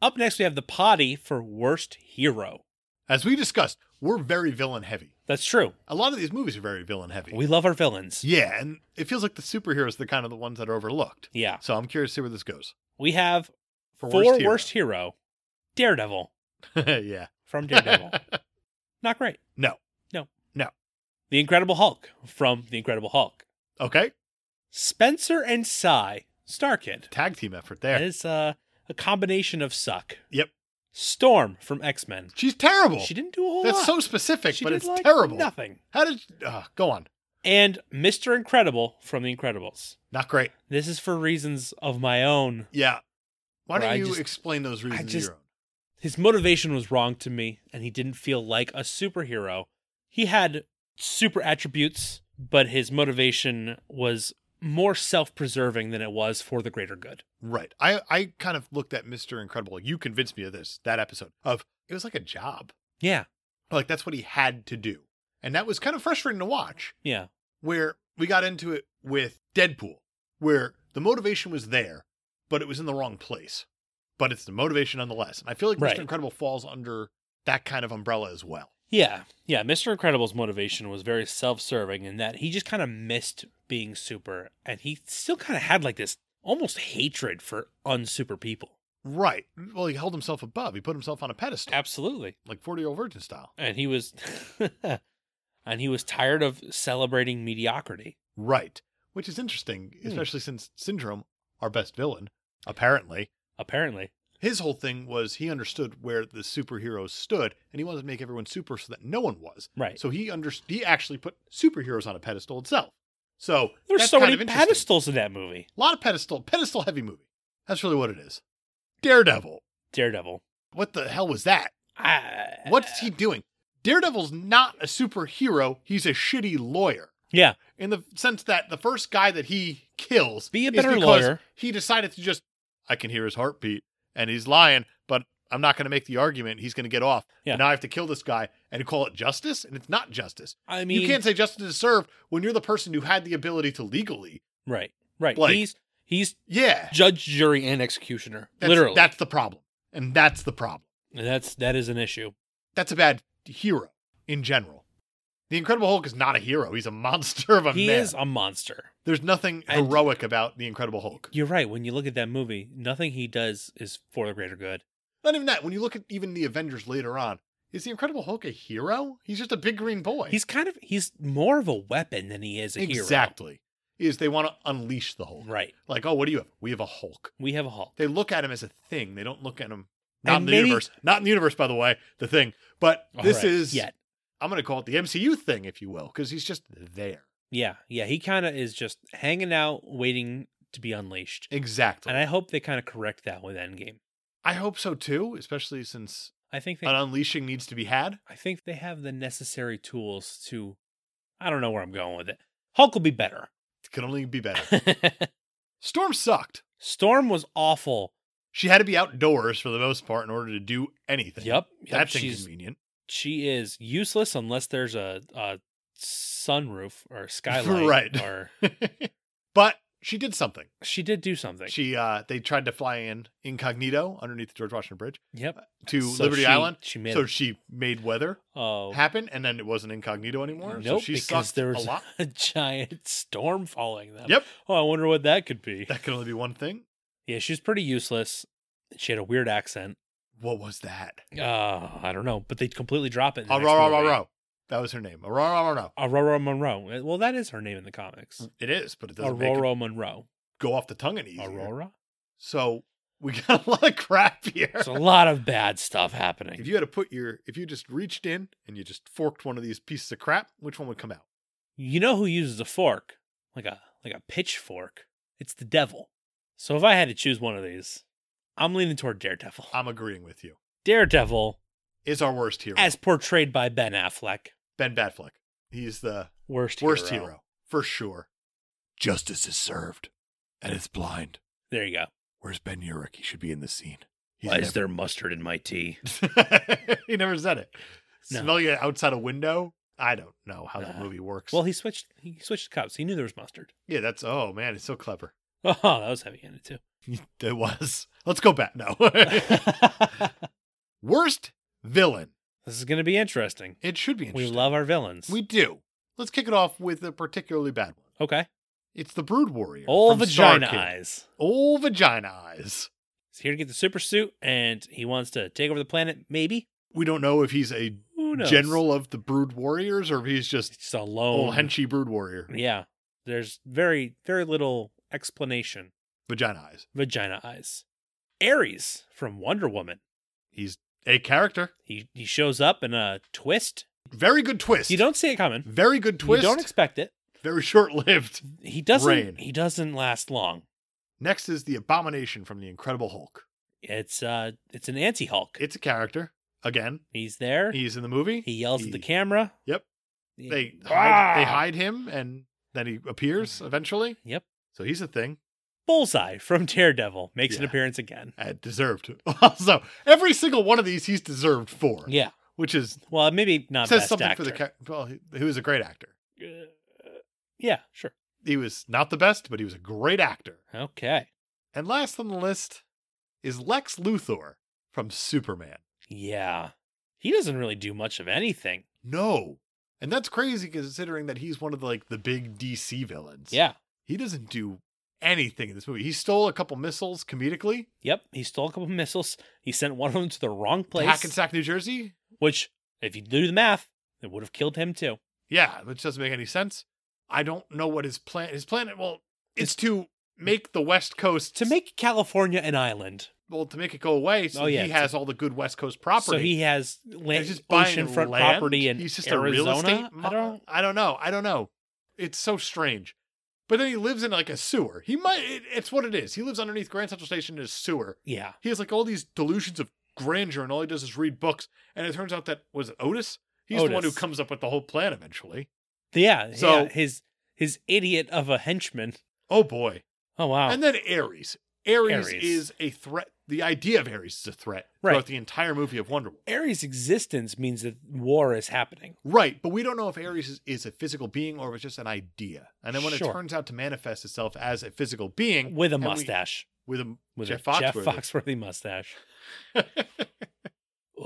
B: Up next, we have the potty for worst hero.
A: As we discussed, we're very villain heavy.
B: That's true.
A: A lot of these movies are very villain heavy.
B: We love our villains.
A: yeah, and it feels like the superheroes are the kind of the ones that are overlooked.
B: Yeah.
A: So I'm curious to see where this goes. *laughs*
B: We have
A: For
B: for
A: worst
B: worst,
A: hero.
B: hero Daredevil
A: yeah.
B: from Daredevil. Not great.
A: *laughs* No.
B: No.
A: No.
B: The Incredible Hulk from The Incredible Hulk.
A: Okay.
B: Spencer and Cy, Star Kid.
A: Tag team effort
B: That
A: there.
B: is uh, a combination of suck.
A: Yep.
B: Storm from X Men.
A: She's terrible.
B: She didn't do a whole
A: That's
B: lot.
A: so specific,
B: She
A: but
B: did,
A: it's
B: like,
A: terrible.
B: Nothing.
A: How did uh, go on?
B: And Mr. Incredible from The Incredibles.
A: Not great.
B: This is for reasons of my own.
A: Yeah. Why
B: Or
A: don't
B: I
A: you
B: just-
A: explain those reasons? of
B: just-
A: your own?
B: His motivation was wrong to me, and he didn't feel like a superhero. He had super attributes, but his motivation was more self preserving than it was for the greater good.
A: Right. I I kind of looked at Mr. Incredible. You convinced me of this that episode of it was like a job.
B: Yeah.
A: Like that's what he had to do. And that was kind of frustrating to watch
B: Yeah.
A: where we got into it with Deadpool where the motivation was there but it was in the wrong place. But it's the motivation nonetheless. And I feel like
B: Right.
A: Mr. Incredible falls under that kind of umbrella as well.
B: Yeah. Yeah. Mr. Incredible's motivation was very self serving in that he just kind of missed being super, and he still kind of had like this almost hatred for unsuper people.
A: Right. Well, he held himself above. He put himself on a pedestal
B: Absolutely.
A: like 40-year-old virgin style.
B: And he was. *laughs* And he was tired of celebrating mediocrity.
A: Right. Which is interesting,
B: Hmm.
A: especially since Syndrome, our best villain, apparently
B: Apparently,
A: his whole thing was he understood where the superheroes stood and he wanted to make everyone super so that no one was
B: right?
A: so he under- he actually put superheroes on a pedestal itself so
B: There's
A: that's
B: so
A: kind
B: many
A: of interesting.
B: pedestals in that movie.
A: a lot of pedestal pedestal heavy movie that's really what it is daredevil
B: Daredevil.
A: what the hell was that
B: I,
A: what's he doing daredevil's not a superhero he's a shitty lawyer
B: Yeah.
A: in the sense that the first guy that he kills
B: Be a
A: is
B: better
A: because
B: lawyer.
A: He decided to just I can hear his heartbeat and he's lying, but I'm not going to make the argument. He's going to get off.
B: Yeah.
A: And now I have to kill this guy and call it justice, and it's not justice.
B: I mean,
A: you can't say justice is served when you're the person who had the ability to legally.
B: right, right.
A: like-
B: he's he's
A: Yeah,
B: judge, jury, and executioner.
A: that's,
B: Literally,
A: that's the problem, and that's the problem.
B: that's that is an issue.
A: That's a bad hero in general. The Incredible Hulk is not a hero. He's a *laughs* monster of a
B: he
A: man.
B: is a monster.
A: There's nothing
B: And-
A: heroic about the Incredible Hulk.
B: You're right. When you look at that movie, nothing he does is for the greater good.
A: Not even that. When you look at even the Avengers later on, is the Incredible Hulk a hero? He's just a big green boy.
B: He's kind of he's more of a weapon than he is a hero.
A: exactly. Is they want to unleash the Hulk?
B: Right.
A: Like, oh, what do you have? We have a Hulk.
B: We have a Hulk.
A: They look at him as a thing. They don't look at him. Not
B: And
A: in the
B: maybe-
A: universe. Not in the universe, by the way. The thing. But
B: All
A: this
B: right,
A: is.
B: yet.
A: I'm going to call it the MCU thing, if you will, because he's just there.
B: Yeah, yeah. He kind of is just hanging out, waiting to be unleashed.
A: Exactly.
B: And I hope they kind of correct that with Endgame.
A: I hope so too, especially since
B: I think they
A: an unleashing needs to be had.
B: I think they have the necessary tools to. I don't know where I'm going with it. Hulk will be better.
A: It can only be better. Storm sucked.
B: *laughs* Storm was awful.
A: She had to be outdoors for the most part in order to do anything.
B: Yep, yep,
A: That's
B: she's
A: inconvenient. *laughs*
B: she is useless
A: *laughs*
B: unless there's a, a sunroof or skylight
A: Right.
B: or
A: but She did something.
B: She did do something.
A: She uh they tried to fly in incognito underneath the George Washington Bridge
B: yep.
A: to
B: So
A: Liberty
B: she-
A: Island.
B: She made.
A: so
B: a-
A: she made weather
B: oh,
A: happen and then it wasn't incognito anymore. so
B: Nope,
A: she
B: because
A: sucked
B: there was-
A: a
B: *laughs*
A: lot.
B: *laughs* a giant storm following them.
A: Yep.
B: Oh, I wonder what that could be.
A: That can only be one thing.
B: Yeah, she was pretty useless. She had a weird accent.
A: What was that?
B: Uh, I don't know, but they completely drop it. in the next
A: Aurora
B: movie.
A: Monroe. That was her name. Aurora Monroe.
B: Aurora Monroe. Eh, Well, that is her name in the comics.
A: It is, but it doesn't make it
B: Aurora Monroe.
A: go off the tongue any easier. *laughs*
B: Aurora.
A: So we *laughs* got a lot of crap here.
B: There's a lot of bad stuff
A: if
B: happening.
A: you had to put your, if you just reached in and you just forked one of these pieces of crap, which one would come out?
B: You know who uses a fork, like a like a pitchfork? It's the devil. So if I had to choose one of these, I'm leaning toward Daredevil.
A: I'm agreeing with you.
B: Daredevil,
A: Is our worst hero
B: as portrayed by Ben Affleck,
A: Ben Batfleck. He's the
B: worst
A: worst hero. for sure. Justice is served, and it's blind.
B: There you go.
A: Where's Ben Urich? He should be in the scene. He's
B: Why is there mustard in my tea?
A: there? *laughs* he never said it.
B: No.
A: Smelling it outside a window. I don't know how that
B: Uh,
A: movie works.
B: Well, he switched. He switched cups. He knew there was mustard. *laughs*
A: yeah, that's oh man, it's so clever.
B: Oh, that was
A: *laughs*
B: heavy-handed too. *laughs*
A: It was. Let's go back. No. *laughs* Worst villain.
B: this is going to be interesting.
A: It should be
B: We
A: interesting.
B: love our villains.
A: We do. Let's kick it off with a particularly bad one.
B: okay.
A: It's the Brood Warrior.
B: All
A: from Star
B: vagina
A: Kid.
B: eyes.
A: Old vagina eyes.
B: He's here to get the super suit, and he wants to take over the planet. Maybe.
A: We don't know if he's a
B: Who knows?
A: general of the Brood Warriors or if he's
B: It's
A: just
B: just a lone.
A: old henchy Brood Warrior.
B: Yeah. There's very very little explanation.
A: Vagina eyes.
B: Vagina eyes. Ares from Wonder Woman.
A: He's a character.
B: He he shows up in a twist.
A: Very good twist.
B: You don't see it coming.
A: Very good twist.
B: You don't expect it.
A: Very short lived.
B: He doesn't.
A: Rain.
B: He doesn't last long.
A: Next is the Abomination from the Incredible Hulk.
B: It's uh, it's an anti Hulk.
A: It's a character. Again,
B: He's there. He,
A: he's in the movie.
B: yells at the
A: he-
B: camera.
A: Yep.
B: He- *laughs*
A: they
B: Ah!
A: hide, they hide him and then he appears eventually.
B: Mm-hmm. Yep.
A: So he's a thing.
B: Bullseye from Daredevil makes an
A: Yeah.
B: appearance again.
A: Uh, deserved. *laughs* also, every single one of these he's deserved for,
B: Yeah.
A: which is
B: Well, maybe not
A: says
B: best
A: something
B: actor.
A: for the ca- well, he, he was a great actor.
B: Uh, yeah. Sure.
A: He was not the best, but he was a great actor.
B: Okay.
A: And last on the list is Lex Luthor from Superman.
B: Yeah. He doesn't really do much of anything.
A: No. And that's crazy considering that he's one of the, like the big DC villains.
B: Yeah.
A: He doesn't do anything in this movie. He stole a couple missiles comedically
B: Yep. He stole a couple missiles. He sent one of them to the wrong
A: to
B: place,
A: Hackensack, New Jersey.
B: which, if you do the math, it would have killed him too.
A: Yeah, which doesn't make any sense. I don't know what his plan. His plan, well, it's to make the West Coast
B: To make California an island,
A: well to make it go away. So
B: Oh, yeah,
A: he
B: to-
A: has all the good West Coast property.
B: so he has
A: And
B: land,
A: he's just buying
B: oceanfront
A: land.
B: property in
A: he's just
B: Arizona.
A: a real estate. mo-
B: I don't.
A: I don't know. I don't know. It's so strange. But then he lives in like a sewer. He might. It, it's what it is. He lives underneath Grand Central Station in a sewer.
B: Yeah.
A: He has like all these delusions of grandeur, and all he does is read books. And it turns out that was it Otis. He's the one who
B: Otis.
A: comes up with the whole plan eventually.
B: Yeah.
A: So-
B: So his his idiot of a henchman.
A: Oh boy.
B: Oh wow.
A: And then Ares. Ares.
B: Ares.
A: is a threat. The idea of Ares is a threat
B: Right.
A: throughout the entire movie of Wonder Woman.
B: Ares' existence means that war is happening.
A: Right, but we don't know if Ares is, is a physical being or if it's just an idea. And then when it
B: Sure.
A: turns out to manifest itself as a physical being
B: with a
A: and we-
B: mustache,
A: with a
B: with
A: Jeff
B: a Jeff
A: Foxworthy.
B: Foxworthy mustache.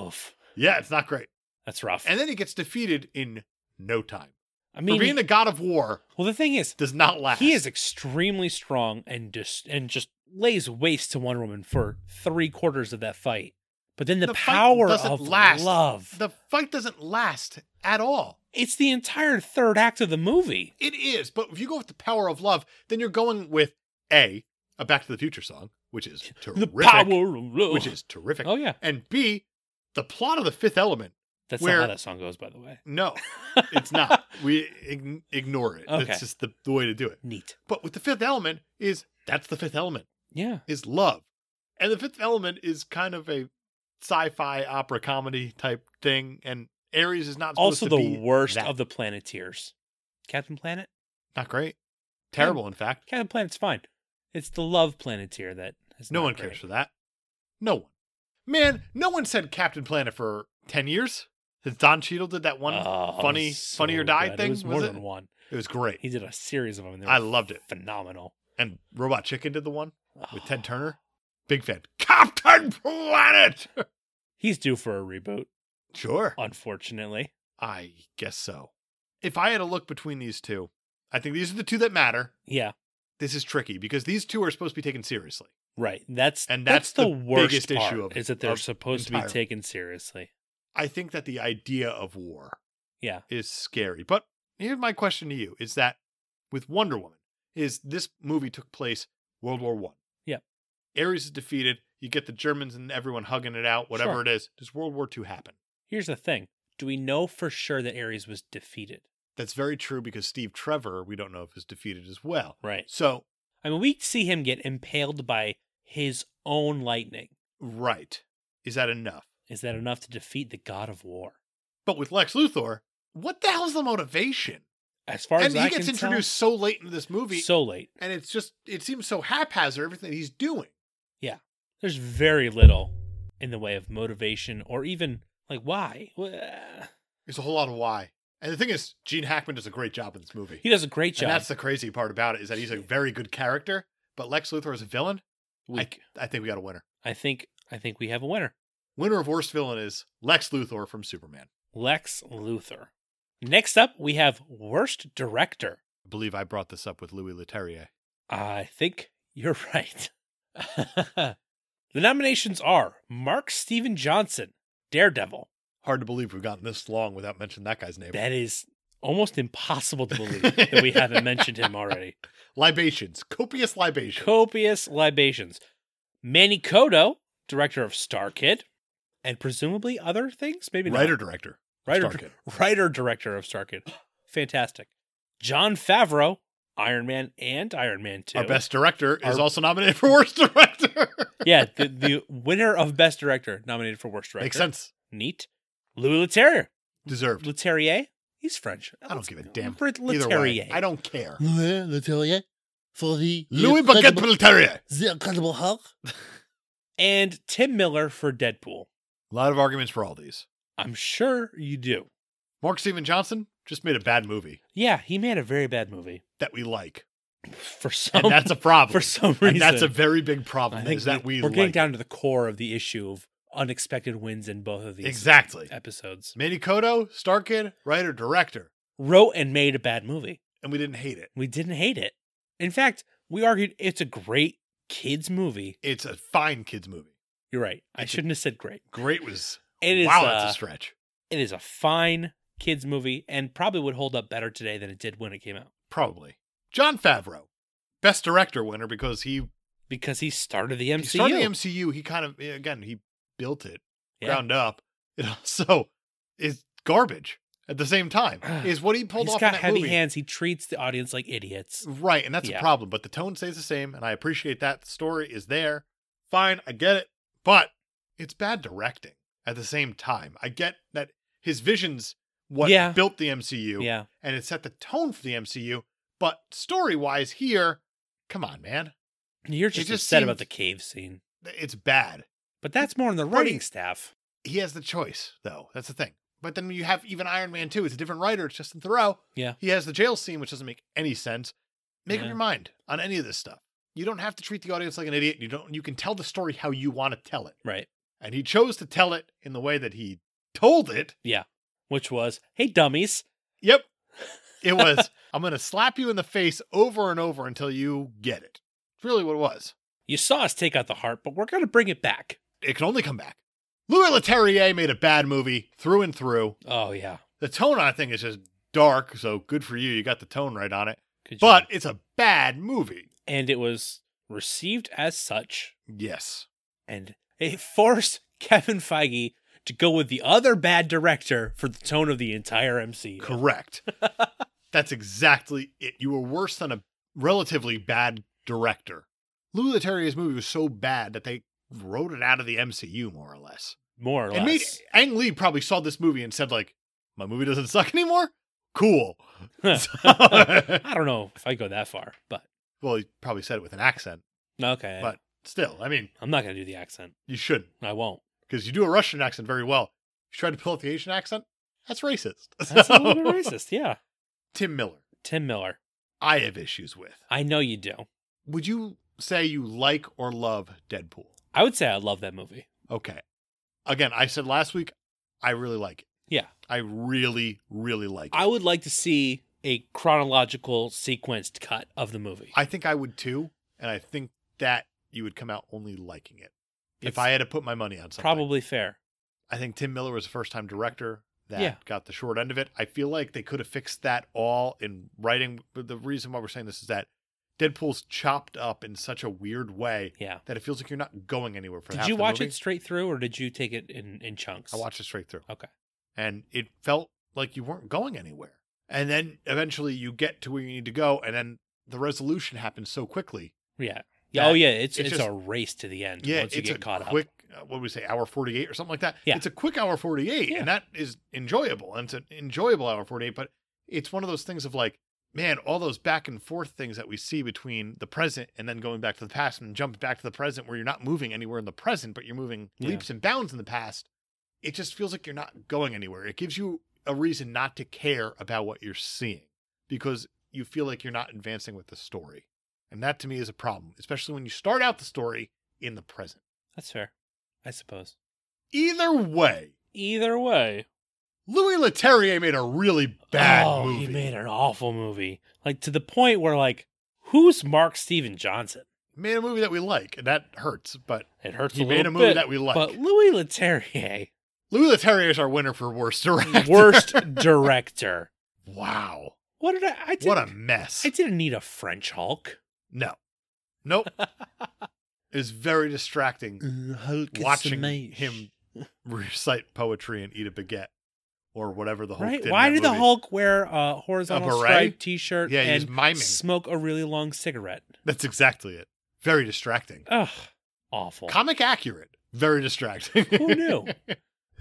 B: Oof,
A: *laughs* yeah, it's not great.
B: that's rough.
A: And then he gets defeated in no time.
B: I mean,
A: For being the god of war
B: well, the thing is,
A: does not last.
B: he is extremely strong and just and just lays waste to Wonder Woman for three quarters of that fight. But then the,
A: The fight
B: power
A: doesn't
B: of
A: last.
B: love.
A: the fight doesn't last at all.
B: it's the entire third act of the movie.
A: It is, but if you go with the power of love, then you're going with a a Back to the Future song, which is
B: *laughs* The
A: terrific,
B: power of love.
A: which is terrific,
B: oh yeah,
A: and B, the plot of the Fifth Element.
B: that's
A: Where-
B: not how that song goes, by the way.
A: No, *laughs* it's
B: *laughs*
A: not. we ign- ignore it.
B: Okay.
A: That's just the, the way to do it.
B: Neat.
A: But with the Fifth Element is that's the Fifth Element
B: Yeah.
A: is love, and the Fifth Element is kind of a sci-fi opera comedy type thing, and Aries is not supposed
B: Also,
A: to
B: the
A: be
B: worst
A: that.
B: of the Planeteers, Captain Planet.
A: not great, terrible in fact.
B: Captain Planet's fine. It's the love planeteer that is
A: No
B: not
A: one
B: great.
A: cares for that. No one. Man, no one said Captain Planet for ten years. Since Don Cheadle did that one
B: Oh, it
A: funny,
B: was so
A: funny or die
B: good.
A: thing,
B: It was,
A: was,
B: more
A: it?
B: than one.
A: It was great.
B: He did a series of them. And they
A: I
B: were
A: loved it.
B: phenomenal.
A: And Robot Chicken did the one with
B: *sighs*
A: Ted Turner. Big fan. Captain
B: *laughs*
A: Planet!
B: He's due for a reboot,
A: sure.
B: unfortunately.
A: I guess so. If I had to look between these two, I think these are the two that matter.
B: Yeah,
A: This is tricky because these two are supposed to be taken seriously.
B: right. That's
A: And that's
B: the,
A: the
B: worst
A: biggest
B: part,
A: issue of-
B: is that they're
A: of
B: supposed to
A: entirely.
B: be taken seriously.
A: I think that the idea of war
B: Yeah.
A: is scary. But here's my question to you is that with Wonder Woman, is this movie took place World War One.
B: Yep.
A: Ares is defeated, you get the Germans and everyone hugging it out, whatever
B: Sure.
A: it is. Does World War Two happen?
B: Here's the thing: Do we know for sure that Ares was defeated?
A: That's very true because Steve Trevor, we don't know if is defeated as well.
B: Right.
A: So
B: I mean, we see him get impaled by his own lightning.
A: right. Is that enough?
B: Is that enough to defeat the god of war?
A: But with Lex Luthor, what the hell's the motivation?
B: As far as
A: and
B: I
A: he gets
B: can tell,
A: introduced so late into this movie,
B: so late.
A: and it's just it seems so haphazard everything he's doing.
B: There's very little in the way of motivation or even like why. Wha-
A: There's a whole lot of why. And the thing is, Gene Hackman does a great job in this movie.
B: He does a great job.
A: And that's the crazy part about it is that he's a very good character, but Lex Luthor is a villain.
B: Weak.
A: I think we got a winner.
B: I think I think we have a winner.
A: Winner of worst villain is Lex Luthor from Superman.
B: Lex Luthor. Next up, we have worst director.
A: I believe I brought this up with Louis Leterrier.
B: I think you're *laughs*
A: *laughs*
B: right. the nominations are Mark Steven Johnson, Daredevil.
A: Hard to believe we've gotten this long without mentioning that guy's name.
B: That is almost impossible to believe that we haven't mentioned him
A: *laughs*
B: already.
A: libations, copious libations.
B: Copious libations. Manny Kodo, director of Star Kid, and presumably other things, maybe not.
A: Writer director.
B: writer,
A: Star Kid.
B: writer director of Star Kid. Fantastic. John Favreau, Iron Man and Iron Man 2.
A: Our best director is
B: Our-
A: also nominated for worst director.
B: *laughs*
A: *laughs*
B: yeah, the, the winner of Best Director, nominated for Worst Director.
A: Makes sense.
B: Neat. Louis Leterrier.
A: Deserved.
B: Leterrier? He's French.
A: I don't give a damn.
B: Let-
A: Either
B: Leterrier.
A: way, I don't care.
C: Louis Leterrier for the
A: Louis Baguette
C: incredible,
A: Leterrier.
C: the incredible Hulk.
B: And Tim Miller for Deadpool.
A: A lot of arguments for all these.
B: I'm sure you do.
A: Mark Steven Johnson just made a bad movie
B: Yeah, he made a very bad movie. *laughs*
A: that we like.
B: For some *laughs*
A: And that's a problem.
B: Oh, for some reason.
A: and that's a very big
B: I
A: problem
B: think
A: is that we
B: we're
A: like.
B: getting down to the core of the issue of unexpected wins in both of these
A: exactly.
B: episodes.
A: Manny Koto, Star Kid, writer, director.
B: Wrote and made a bad movie.
A: And we didn't hate it.
B: We didn't hate it. In fact, we argued it's a great kids movie.
A: It's a fine kids movie.
B: You're right. I
A: It's a-
B: shouldn't have said great.
A: Great was
B: It is
A: wow,
B: uh,
A: that's a stretch.
B: it is a fine kids movie and probably would hold up better today than it did when it came out
A: Probably. John Favreau, best director winner because he,
B: because he started the MCU.
A: he started the MCU. He kind of again he built it
B: Yeah.
A: ground up. *laughs* It also is garbage at the same time.
B: *sighs*
A: is what he pulled
B: He's
A: off
B: got
A: in that
B: heavy
A: movie.
B: hands. He treats the audience like idiots.
A: Right, and that's
B: Yeah.
A: a problem. But the tone stays the same, and I appreciate that. The story is there. Fine, I get it. But it's bad directing at the same time. I get that his vision's what
B: Yeah.
A: built the MCU,
B: Yeah,
A: and it set the tone for the MCU. But story wise, here, come on, man.
B: you're just,
A: just
B: upset about
A: seemed-
B: the cave scene,
A: It's bad.
B: but that's more on the
A: Pretty-
B: writing staff.
A: He has the choice, though. That's the thing. But then you have even Iron Man 2. It's a different writer. It's Justin Thoreau.
B: Yeah.
A: He has the jail scene, which doesn't make any sense. Make up
B: Yeah.
A: your mind on any of this stuff. You don't have to treat the audience like an idiot. You don't. You can tell the story how you want to tell it.
B: Right.
A: And he chose to tell it in the way that he told it.
B: Which was, hey dummies,
A: Yep. It
B: *laughs*
A: was. I'm going to slap you in the face over and over until you get it. It's really what it was.
B: you saw us take out the heart, but we're gonna bring it back.
A: It can only come back. Louis Leterrier made a bad movie through and through.
B: Oh yeah,
A: The tone on think is just dark. So good for you. You got the tone right on it.
B: Good
A: But
B: job.
A: it's a bad movie.
B: and it was received as such,
A: Yes.
B: and it forced Kevin Feige to go with the other bad director for the tone of the entire MCU.
A: Correct. *laughs* That's exactly it. You were worse than a relatively bad director. Louis Leterrier's movie was so bad that they wrote it out of the MCU, more or less.
B: More or less.
A: and made, Ang Lee probably saw this movie and said, like, my movie doesn't suck anymore? *laughs* Cool. So-
B: I don't know if I go that far, but
A: well, he probably said it with an accent,
B: okay.
A: but still, I mean,
B: I'm not gonna do the accent.
A: you shouldn't
B: I won't.
A: *laughs* because you do a Russian accent very well. If you try to pull out the Asian accent, that's racist. *laughs*
B: That's a little bit
A: So-
B: racist. Yeah,
A: Tim Miller,
B: Tim Miller.
A: I have issues with.
B: I know you do.
A: Would you say you like or love Deadpool?
B: I would say I love that movie.
A: Okay. Again, I said last week, I really like it.
B: Yeah.
A: I really, really like it.
B: I would like to see a chronological sequenced cut of the movie.
A: I think I would too, and I think that you would come out only liking it. if
B: That's
A: I had to put my money on something,
B: probably fair.
A: I think Tim Miller was a first-time director that
B: Yeah.
A: got the short end of it. I feel like they could have fixed that all in writing. But the reason why we're saying this is that Deadpool's chopped up in such a weird way
B: Yeah.
A: that it feels like you're not going anywhere for.
B: Did
A: half
B: you
A: the
B: watch
A: movie.
B: it straight through or did you take it in, in chunks?
A: I watched it straight through.
B: Okay.
A: And it felt like you weren't going anywhere. And then eventually you get to where you need to go, and then the resolution happens so quickly
B: Yeah.
A: Yeah,
B: Yeah. Oh yeah. It's
A: it's
B: it's,
A: just-
B: a race to the end.
A: yeah,
B: Once you
A: it's
B: get
A: a
B: caught
A: quick,
B: up.
A: uh, what do we say, hour 48 or something like that.
B: Yeah.
A: It's a quick hour 48,
B: Yeah.
A: and that is enjoyable. And it's an enjoyable hour 48, but it's one of those things of like, man, all those back and forth things that we see between the present and then going back to the past and jumping back to the present where you're not moving anywhere in the present, but you're moving
B: Yeah.
A: leaps and bounds in the past. It just feels like you're not going anywhere. It gives you a reason not to care about what you're seeing because you feel like you're not advancing with the story. And that to me is a problem, especially when you start out the story in the present.
B: That's fair. I suppose.
A: Either way,
B: Either way.
A: Louis Leterrier made a really bad
B: oh,
A: movie.
B: he made an awful movie. Like to the point where like, who's Mark Steven Johnson?
A: Made a movie that we like, and that hurts. But
B: It hurts
A: he
B: a
A: made
B: little
A: a movie
B: bit,
A: that we like.
B: But Louis Leterrier,
A: Louis Leterrier is our winner for worst *laughs* director.
B: worst director.
A: wow,
B: What did I? I did,
A: what a mess.
B: I didn't need a French Hulk.
A: no,
B: *laughs*
A: nope. it's very distracting
C: Uh, Hulk is a
A: watching
C: mage.
A: him *laughs* recite poetry and eat a baguette or whatever the Hulk
B: right?
A: did.
B: Why
A: in
B: did
A: that
B: the
A: movie.
B: Hulk wear a horizontal
A: A beret?
B: striped T-shirt
A: Yeah, he was
B: and
A: miming.
B: smoke a really long cigarette?
A: That's exactly it. Very distracting.
B: Ugh, awful.
A: Comic accurate. Very distracting.
B: Who knew?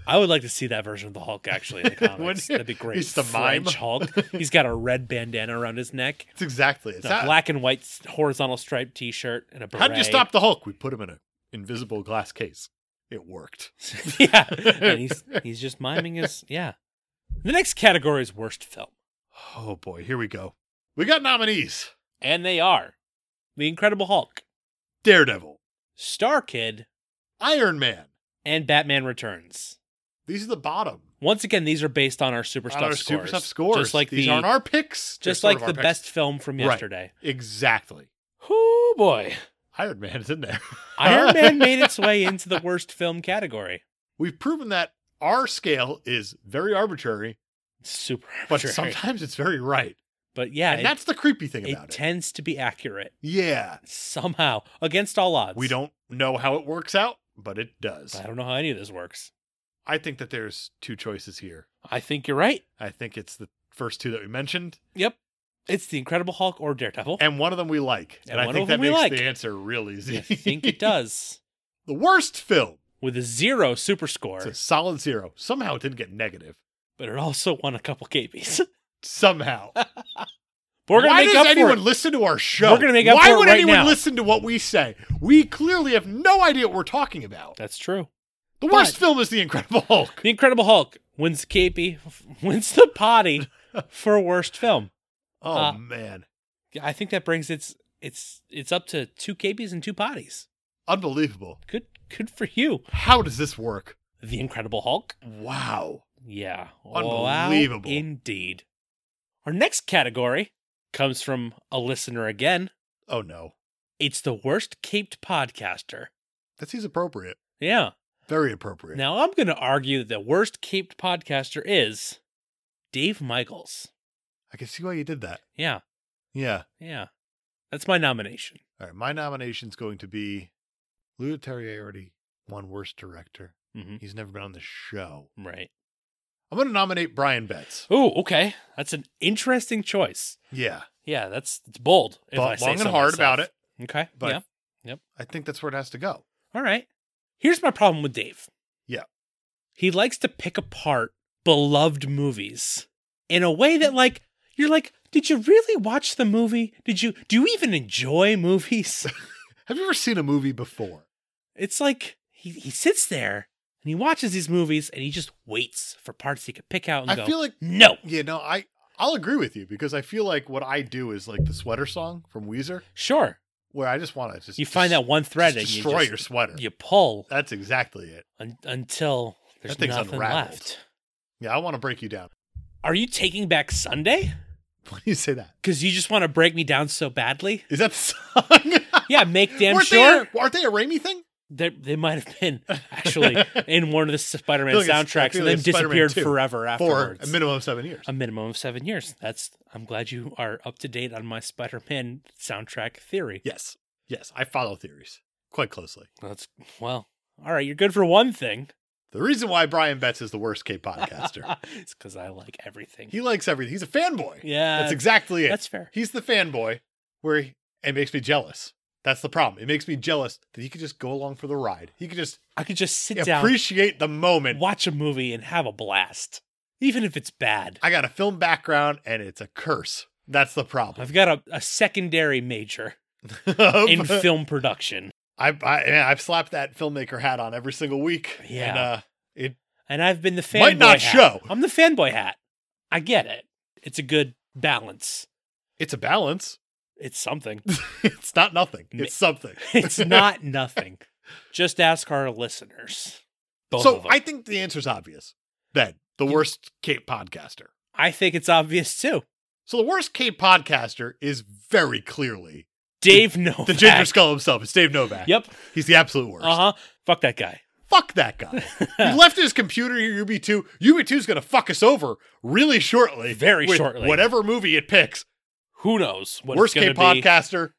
B: I would like to see that version of the Hulk actually in
A: *laughs*
B: the
A: Wouldn't
B: comics.
A: you?
B: That'd be great.
A: He's the
B: French
A: mime.
B: Hulk. He's got a red bandana around his neck,
A: That's exactly it. *laughs* It's
B: and
A: not-
B: a black and white s- horizontal striped T-shirt, and a beret.
A: How did you stop the Hulk? We put him in an invisible glass case. It worked.
B: *laughs* yeah,
A: *laughs*
B: and he's he's just miming his yeah. The next category is worst film,
A: Oh boy, here we go. We got nominees:
B: and they are The Incredible Hulk,
A: Daredevil,
B: Star Kid,
A: Iron Man.
B: and Batman Returns.
A: These are the bottom.
B: Once again, these are based on our super
A: On
B: stuff
A: our
B: scores,
A: super stuff scores.
B: just like
A: these
B: the
A: aren't our picks. They're
B: just
A: sort
B: like
A: of
B: the
A: our picks.
B: best film from
A: Right.
B: yesterday.
A: Exactly.
B: Oh boy,
A: Iron Man is in there.
B: *laughs* Iron Man made its way into the worst film category.
A: *laughs* We've proven that our scale is very arbitrary,
B: Super,
A: *laughs* but
B: arbitrary.
A: sometimes it's very right,
B: but yeah,
A: and
B: it,
A: that's the creepy thing
B: it
A: about it.
B: tends to be accurate
A: Yeah,
B: somehow against all odds.
A: we don't know how it works out, but it does.
B: I don't know how any of this works.
A: I think that there's two choices here.
B: I think you're right.
A: I think it's the first two that we mentioned,
B: Yep. It's the Incredible Hulk or Daredevil.
A: and one of them we like, and,
B: And
A: I
B: one
A: think
B: of
A: that
B: them we
A: makes
B: like.
A: the answer real easy.
B: I
A: *laughs*
B: think it does.
A: the worst film.
B: With a zero super
A: It's
B: score,
A: a solid zero. Somehow it didn't get negative.
B: but it also won a couple KBs.
A: Somehow.
B: *laughs* But *laughs* we're gonna
A: Why
B: make
A: does
B: up
A: anyone
B: for it.
A: listen to our show?
B: We're gonna make up
A: Why
B: for it
A: would
B: right
A: anyone
B: now.
A: listen to what we say? We clearly have no idea what we're talking about.
B: That's true.
A: The worst film is The Incredible Hulk.
B: *laughs* The Incredible Hulk wins the KP, *laughs* wins the
A: *laughs*
B: potty for worst film.
A: Oh
B: Uh,
A: man,
B: I think that brings its its it's up to two KBs and two potties.
A: unbelievable!
B: Good good for you.
A: How does this work?
B: The Incredible Hulk.
A: Wow.
B: Yeah.
A: Unbelievable.
B: Wow, indeed. Our next category comes from a listener again.
A: Oh no,
B: It's the worst caped podcaster.
A: that seems appropriate.
B: Yeah.
A: Very appropriate.
B: Now I'm going to argue that the worst caped podcaster is Dave Michaels.
A: I can see why you did that.
B: Yeah,
A: Yeah.
B: yeah. That's my nomination.
A: All right, my nomination's going to be Lou Terrier already won worst director.
B: Mhm.
A: He's never been on the show.
B: Right.
A: I'm going to nominate Brian Betts.
B: Oh, okay. That's an interesting choice.
A: Yeah,
B: Yeah, that's it's bold. If I
A: thought
B: say
A: long and
B: so
A: hard
B: myself.
A: about it,
B: Okay.
A: but
B: yeah.
A: I think that's where it has to go.
B: All right. Here's my problem with Dave.
A: Yeah.
B: He likes to pick apart beloved movies in a way that like you're like, did you really watch the movie? Did you do you even
A: *laughs*
B: enjoy movies?
A: Have you ever seen a movie before?
B: It's like he, he sits there and he watches these movies and he just waits for parts he could pick out and
A: I
B: go,
A: feel like
B: no,
A: you know I I'll agree with you because I feel like what I do is like the sweater song from Weezer,
B: sure.
A: where I just want to just
B: You find that one thread
A: just
B: and you
A: destroy
B: just,
A: your sweater.
B: you pull
A: That's exactly it.
B: un- until there's
A: That thing's
B: nothing
A: unraveled.
B: left.
A: Yeah, I want to break you down. *laughs*
B: Are you taking back Sunday?
A: Why do you say that?
B: Because you just want to break me down so badly?
A: Is that the song?
B: Yeah, make damn
A: Weren't
B: sure.
A: They a, aren't they a Raimi thing?
B: They, they might have been actually in one of the
A: *laughs*
B: Spider Man
A: I feel like it's- I
B: soundtracks
A: feel
B: and
A: like
B: then
A: it's Spider-Man
B: disappeared
A: 2
B: forever
A: For
B: afterwards.
A: a minimum of seven years.
B: a minimum of seven years. That's I'm glad you are up to date on my Spider-Man soundtrack theory.
A: Yes. Yes. I follow theories quite closely.
B: That's well, all right. You're good for one thing. *laughs*
A: The reason why Brian Betts is the worst K podcaster.
B: it's because I like everything.
A: he likes everything. He's a fanboy.
B: *laughs* yeah,
A: That's exactly it.
B: That's fair.
A: He's the fanboy where he, it makes me jealous. That's the problem. It makes me jealous that he could just go along for the ride. He could just
B: I could just sit down,
A: appreciate the moment.
B: watch a movie, and have a blast, even if it's bad.
A: I got a film background and it's a curse. That's the problem.
B: I've got a, a secondary major *laughs*
A: *laughs*
B: in film production,
A: I, I man, I've slapped that filmmaker hat on every single week.
B: Yeah.
A: And, uh,
B: and I've been the fanboy.
A: Might not
B: hat.
A: show.
B: I'm the fanboy hat. I get it. It's a good balance.
A: it's a balance. *laughs*
B: It's something.
A: it's not nothing.
B: Ma-
A: It's something.
B: it's not nothing. Just ask our listeners. Both
A: so
B: of them.
A: I think the answer's obvious. Then the worst Cape podcaster.
B: I, think it's obvious too.
A: So the worst Cape podcaster is very clearly
B: Dave Novak.
A: the ginger skull himself. It's Dave Novak.
B: Yep.
A: He's the absolute worst.
B: Uh huh. Fuck that guy.
A: Fuck that guy.
B: *laughs*
A: he left his computer here, UB2. UB2's going to fuck us over really shortly.
B: Very
A: with
B: shortly.
A: Whatever movie it picks.
B: Who knows what
A: worst
B: it's
A: Cape
B: gonna be?
A: podcaster.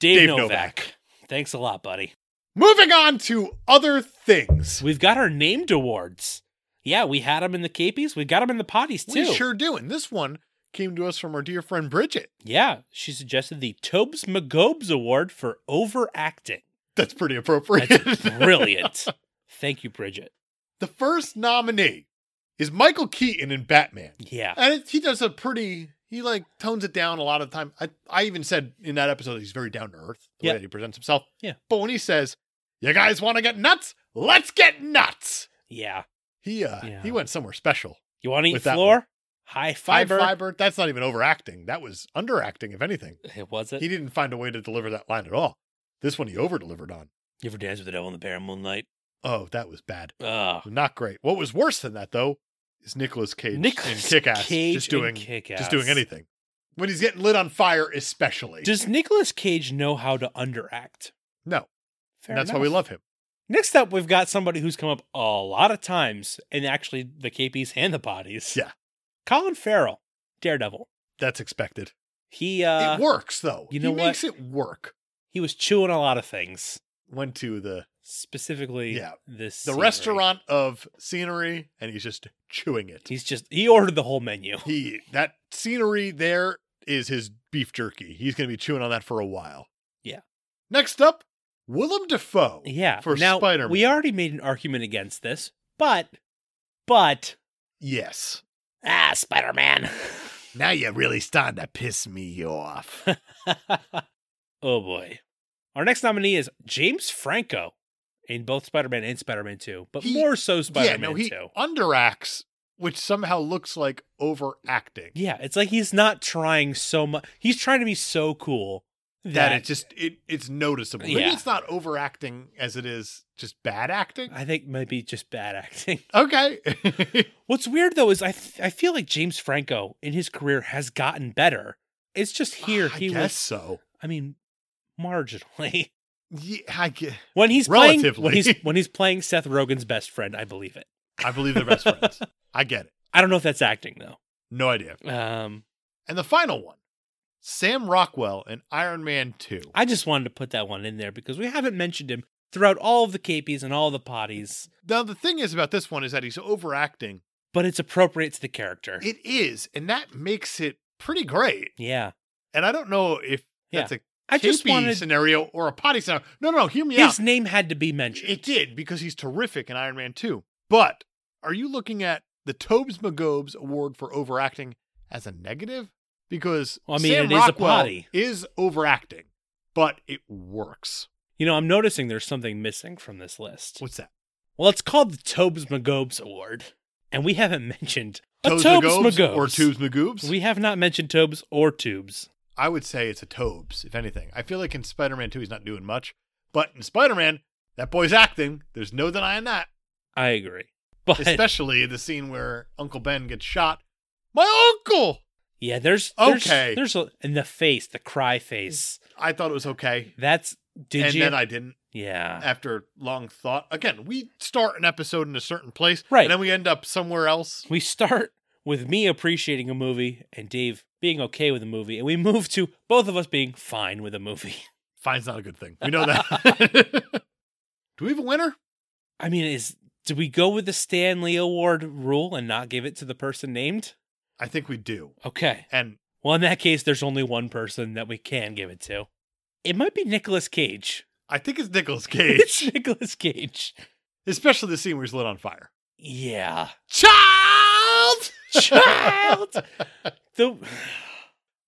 B: Dave,
A: Dave
B: Novak.
A: Novak.
B: Thanks a lot, buddy.
A: Moving on to other things.
B: We've got our named awards. Yeah, we had them in the capies. We got them in the potties too.
A: We sure do. And this one came to us from our dear friend Bridget.
B: Yeah, she suggested the Tobes McGobes Award for overacting.
A: That's pretty appropriate. *laughs*
B: That's brilliant. Thank you, Bridget.
A: the first nominee is Michael Keaton in Batman.
B: Yeah.
A: And it, he does a pretty, he like tones it down a lot of the time. I, I even said in that episode that he's very down to earth, the
B: Yeah.
A: way that he presents himself.
B: Yeah.
A: But when he says, you guys want to get nuts? Let's get nuts.
B: Yeah.
A: He uh
B: Yeah.
A: he went somewhere special.
B: You want to eat
A: With that
B: floor? High
A: Five
B: fiber.
A: fiber, that's not even overacting. That was underacting, if anything.
B: It was it.
A: He didn't find a way to deliver that line at all. This one he over delivered on.
B: You ever dance with the devil in the pale moonlight?
A: Oh, that was bad.
B: Ugh.
A: Not great. What was worse than that though is Nicolas Cage
B: Nicolas
A: in Kick Ass
B: Cage
A: just doing
B: in Kick-Ass.
A: just doing anything. When he's getting lit on fire, especially.
B: Does Nicolas Cage know how to underact?
A: no.
B: Fair
A: And that's why we
B: enough.
A: love him.
B: Next up, we've got somebody who's come up a lot of times, and actually the KPs and the bodies.
A: Yeah.
B: Colin Farrell, Daredevil. That's
A: That's expected.
B: he. Uh,
A: it works though.
B: you know
A: he
B: what?
A: makes it work.
B: he was chewing a lot of things,
A: Went to the
B: specifically.
A: Yeah.
B: This
A: the
B: scenery.
A: restaurant of scenery and he's just chewing it.
B: He's just he ordered the whole menu.
A: he that scenery there is his beef jerky. He's going to be chewing on that for a while.
B: Yeah.
A: Next up, Willem Dafoe.
B: Yeah.
A: For
B: now
A: Spider-Man.
B: we already made an argument against this, but but
A: Yes.
B: ah, Spider Man.
A: Now you're really starting to piss me
B: *laughs*
A: off.
B: *laughs* oh boy. Our next nominee is James Franco in both Spider Man and Spider Man 2, but
A: He-
B: more so
A: yeah,
B: Spider Man
A: no, he
B: 2.
A: underacts, which somehow looks like overacting.
B: Yeah, it's like he's not trying so much. He's trying to be so cool that,
A: That it just it it's noticeable. Maybe
B: Yeah.
A: it's not overacting as it is just bad acting.
B: I think might be just bad acting.
A: Okay.
B: What's weird though is I th- I feel like James Franco in his career has gotten better. It's just *laughs* here
A: I
B: he
A: guess
B: was
A: so.
B: I mean marginally. *laughs*
A: Yeah, I get,
B: When he's playing when
A: Relatively.
B: he's when he's playing Seth Rogen's best friend, I believe it.
A: I believe they're best
B: *laughs*
A: friends. I get it.
B: I don't know if that's acting though.
A: No idea.
B: Um
A: And the final one, Sam Rockwell in Iron Man 2.
B: I just wanted to put that one in there because we haven't mentioned him throughout all of the capies and all the potties,
A: Now, the thing is about this one is that he's overacting.
B: but it's appropriate to the character.
A: It is, and that makes it pretty great.
B: yeah.
A: And I don't know if that's a
B: I just
A: capey
B: wanted
A: scenario or a potty scenario. No, no, no, hear me
B: his name had to be
A: out.
B: mentioned.
A: It did because he's terrific in Iron Man 2. But are you looking at the Tobes McGobes award for overacting as a negative? Because
B: Well, I mean,
A: Sam
B: it is a
A: Rockwell
B: potty.
A: is overacting, but it works.
B: You know, I'm noticing there's something missing from this list.
A: What's that?
B: Well, it's called the Tobes McGobes Award, and we haven't mentioned a
A: Toes
B: Tobes
A: McGobes
B: McGobes.
A: or Tubes McGoobs?
B: We have not mentioned Tobes or Tubes.
A: I would say it's a Tobes, if anything. I feel like in Spider Man 2, he's not doing much. But in Spider Man, that boy's acting. There's no denying that.
B: I agree. But
A: Especially the scene where Uncle Ben gets shot. My uncle!
B: yeah, there's, there's
A: Okay.
B: There's a, and the face, the cry face.
A: I thought it was okay.
B: That's did
A: and
B: you?
A: then I didn't
B: yeah,
A: *laughs* after long thought. Again, we start an episode in a certain place.
B: Right.
A: And then we end up somewhere else.
B: we start with me appreciating a movie and Dave being okay with a movie, and we move to both of us being fine with a movie. *laughs*
A: Fine's not a good thing. We know that. *laughs* Do we have a winner?
B: I mean, is do we go with the Stanley Award rule and not give it to the person named?
A: I think we do.
B: Okay.
A: And
B: Well, in that case, there's only one person that we can give it to. It might be Nicolas Cage. *laughs*
A: I think it's Nicolas
B: It's *laughs*
A: Cage,
B: Nicolas Cage.
A: especially the scene where he's lit on fire.
B: Yeah.
A: Child! *laughs*
B: Child! The,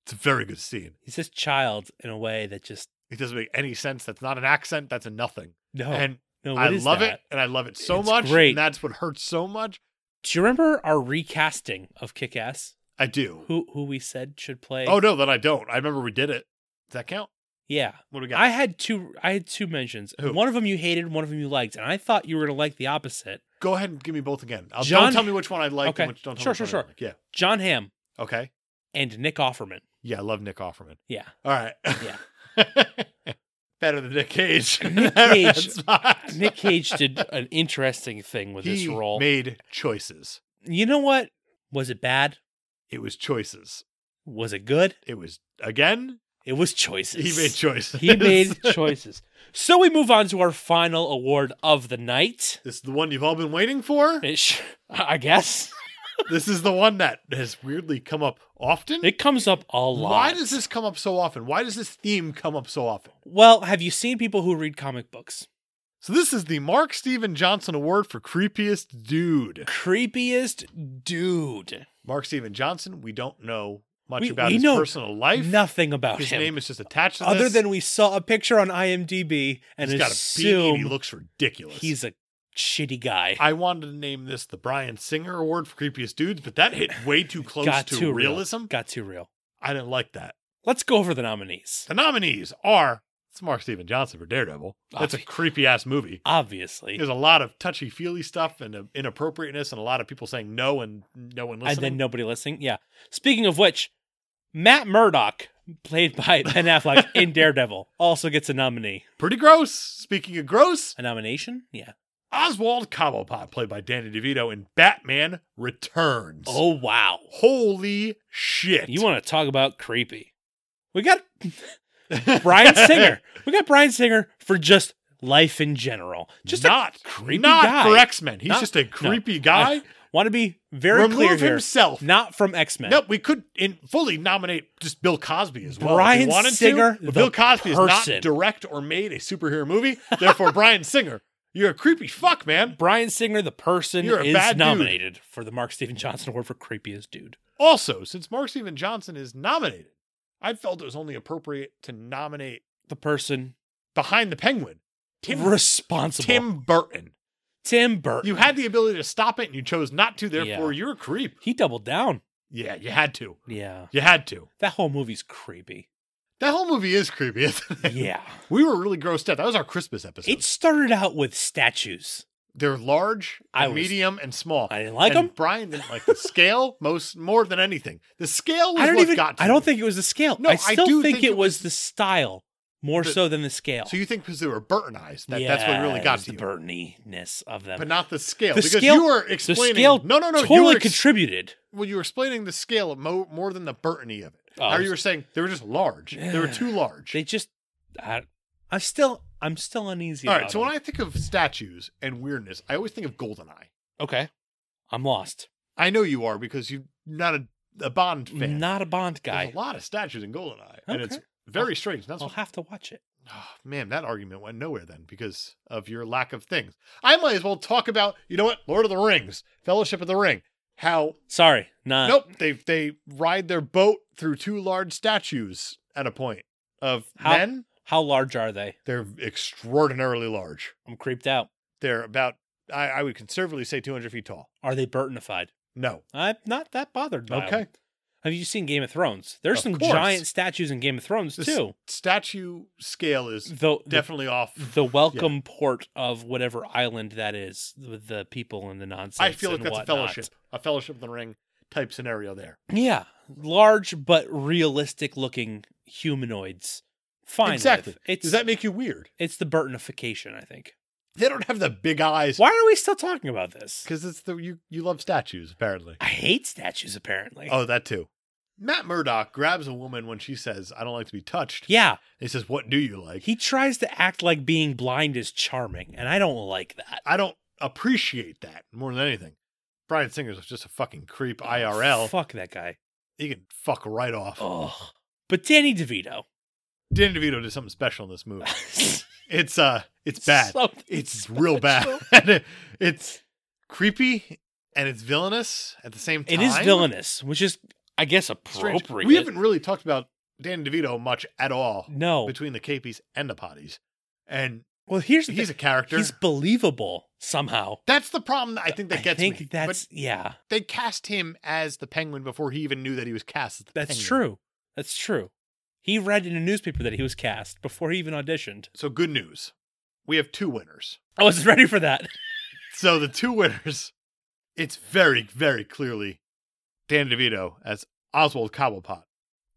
A: It's a very good scene.
B: he says child in a way that just
A: It doesn't make any sense. That's not an accent. That's a nothing.
B: no.
A: and
B: no
A: I
B: Oh, what is
A: love
B: that?
A: it, and I love it so
B: It's
A: much.
B: great.
A: And that's what hurts so much.
B: Do you remember our recasting of Kick Ass?
A: I do.
B: Who who we said should play?
A: Oh no, that I don't. I remember we did it. Does that count?
B: yeah.
A: What do we got?
B: I had two. I had two mentions.
A: Who?
B: One of them you hated. One of them you liked, and I thought you were gonna like the opposite.
A: Go ahead and give me both again. I'll,
B: John-
A: don't tell me which one I like.
B: Okay.
A: And which, don't tell
B: Sure,
A: me which
B: sure,
A: one I don't like.
B: John Hamm
A: Yeah. Okay.
B: and Nick Offerman.
A: Yeah, I love Nick Offerman.
B: Yeah.
A: All right. Yeah. *laughs* Better than Nick Cage.
B: *laughs* Nick
A: *laughs*
B: Cage-
A: That's fine. *laughs*
B: Nick Cage did an interesting thing with this
A: He
B: role.
A: made choices.
B: you know what? Was it bad?
A: It was choices.
B: Was it good?
A: It was again.
B: It was choices.
A: He made choices.
B: He made choices. So we move on to our final award of the night.
A: *laughs* This is the one you've all been waiting for.
B: Ish, *laughs* I guess
A: this is the one that has weirdly come up often.
B: it comes up a lot.
A: Why does this come up so often? Why does this theme come up so often?
B: Well, have you seen people who read comic books?
A: So this is the Mark Steven Johnson Award for creepiest dude.
B: Creepiest dude.
A: Mark Steven Johnson. We don't know much
B: We-
A: about
B: we
A: his
B: know
A: personal life.
B: Nothing about
A: His
B: him.
A: name is just attached to
B: other
A: this.
B: than we saw a picture on IMDb and
A: he's got a beanie.
B: assume
A: And he looks ridiculous.
B: he's a shitty guy.
A: I wanted to name this the Brian Singer Award for creepiest dudes, but that hit way
B: *laughs*
A: too close
B: Got
A: to
B: too real.
A: realism.
B: Got too real.
A: I didn't like that.
B: Let's go over the nominees.
A: The nominees are it's Mark Steven Johnson for Daredevil. That's a
B: Obvi-
A: creepy ass movie.
B: Obviously.
A: There's a lot of touchy feely stuff and uh, inappropriateness, and a lot of people saying no and no one
B: And
A: listening.
B: then nobody listening. Yeah. Speaking of which, Matt Murdock, played
A: *laughs*
B: by Ben Affleck in Daredevil, also gets a nominee.
A: Pretty gross. Speaking of gross,
B: A nomination? Yeah.
A: Oswald Cobblepot, played by Danny DeVito in Batman Returns.
B: Oh wow.
A: holy shit!
B: You want to talk about creepy.
A: *laughs*
B: We got Brian Singer. we got Brian Singer for just life in general. Just a
A: not
B: creepy
A: not
B: guy.
A: for X Men. He's
B: Not-
A: just a
B: no.
A: creepy guy.
B: want to be very
A: Remove
B: clear here.
A: himself.
B: Not from X Men.
A: Nope, we could in fully nominate just Bill Cosby as well. if
B: Bryan
A: we wanted to,
B: Singer,
A: but
B: the
A: Bill Cosby is
B: person.
A: not direct or made a superhero movie.
B: *laughs*
A: Therefore, Brian Singer, you're a creepy fuck, man.
B: Brian Singer, the person,
A: You're a
B: is
A: bad dude.
B: nominated for the Mark Steven Johnson Award for creepiest dude.
A: Also, since Mark Steven Johnson is nominated, I felt it was only appropriate to nominate
B: The person
A: behind the Penguin, Tim
B: responsible.
A: Tim Burton.
B: Tim Burton.
A: You had the ability to stop it, and you chose not to. Therefore,
B: Yeah.
A: you're a creep.
B: he doubled down.
A: Yeah, you had to.
B: Yeah.
A: You had to.
B: That whole
A: *laughs*
B: movie's creepy.
A: That whole movie is creepy. *laughs* isn't it?
B: Yeah.
A: we were really grossed out. That was our Christmas episode.
B: it started out with statues.
A: They're large,
B: I
A: and
B: was-
A: medium, and small.
B: I didn't like
A: And
B: them.
A: Brian didn't like
B: *laughs*
A: the scale most more than anything. The scale was
B: I don't
A: what
B: even
A: got to
B: I don't
A: me.
B: think it was the scale.
A: No,
B: I
A: I
B: still
A: do
B: think,
A: think
B: it
A: it
B: was
A: was-
B: the style more
A: The-
B: so than the scale.
A: So you think because they were Burtonized that that's what really
B: Yeah,
A: got
B: it
A: to you,
B: was the Burtony-ness of them.
A: but not the scale.
B: The
A: because
B: scale-
A: you were
B: the
A: explaining
B: scale
A: no, no, no. you
B: totally
A: were ex-
B: contributed.
A: well, you were explaining the scale mo- more than the Burtony of it.
B: Oh,
A: How you were saying they were just large. They were
B: Yeah.
A: too large.
B: They just I, I still I'm still uneasy.
A: All
B: about
A: right. So when I think of statues and weirdness, I always think of Goldeneye.
B: okay, I'm lost.
A: I know you are because you're not a, a Bond fan.
B: Not a Bond guy.
A: There's a lot of statues in Goldeneye, and it's
B: Okay.
A: very strange. That's
B: I'll
A: what
B: have to watch it.
A: *sighs* Oh, man, that argument went nowhere then because of your lack of things. I might as well talk about, you know what, Lord of the Rings, Fellowship of the Ring, how
B: Sorry, not
A: nope, they they ride their boat through two large statues at a point of
B: How-
A: men.
B: How large are they?
A: They're extraordinarily large.
B: I'm creeped out.
A: They're about I, I would conservatively say 200 feet tall.
B: Are they Burtonified?
A: No.
B: I'm not that bothered. By 'em.
A: Okay.
B: Have you seen Game of Thrones? There's
A: Of
B: some
A: course.
B: giant statues in Game of Thrones
A: This-
B: too.
A: Statue scale is
B: Though the,
A: definitely off.
B: the welcome port of whatever island that is with the people and the nonsense.
A: I feel like
B: and
A: that's a
B: whatnot.
A: fellowship, a fellowship of the ring type scenario there.
B: Yeah, large but realistic looking humanoids. Fine,
A: Exactly.
B: with. It's
A: Does that make you weird?
B: it's the Burtonification, I think.
A: They don't have the big eyes
B: Why are we still talking about this?
A: because it's the you you love statues apparently.
B: I hate statues. Apparently.
A: Oh, that too. Matt Murdock grabs a woman when she says, "I don't like to be touched."
B: Yeah,
A: He says, "What do you like?"
B: he tries to act like being blind is charming, and I don't like that.
A: I don't appreciate that more than anything. Brian Singer's just a fucking creep IRL.
B: Oh, Fuck that guy.
A: He can fuck right off.
B: Oh, but Danny DeVito. *laughs*
A: Danny DeVito did something special in this movie. It's uh, it's bad.
B: Something
A: it's real bad. *laughs*
B: special.
A: it's creepy and it's villainous at the same time.
B: It is villainous, which is, I guess,
A: Strange.
B: appropriate.
A: We haven't really talked about Danny DeVito much at all
B: No.
A: between the capies and the potties, and
B: Well, here's the
A: he's a
B: thing.
A: character.
B: He's believable somehow.
A: that's the problem that I think that gets
B: I think
A: me.
B: that's yeah.
A: But they cast him as the Penguin before he even knew that he was cast as the
B: That's
A: Penguin.
B: true. That's true. He read in a newspaper that he was cast before he even auditioned.
A: So good news. We have two winners.
B: I wasn't ready for that.
A: So the two winners, it's very, very clearly Dan DeVito as Oswald Cobblepot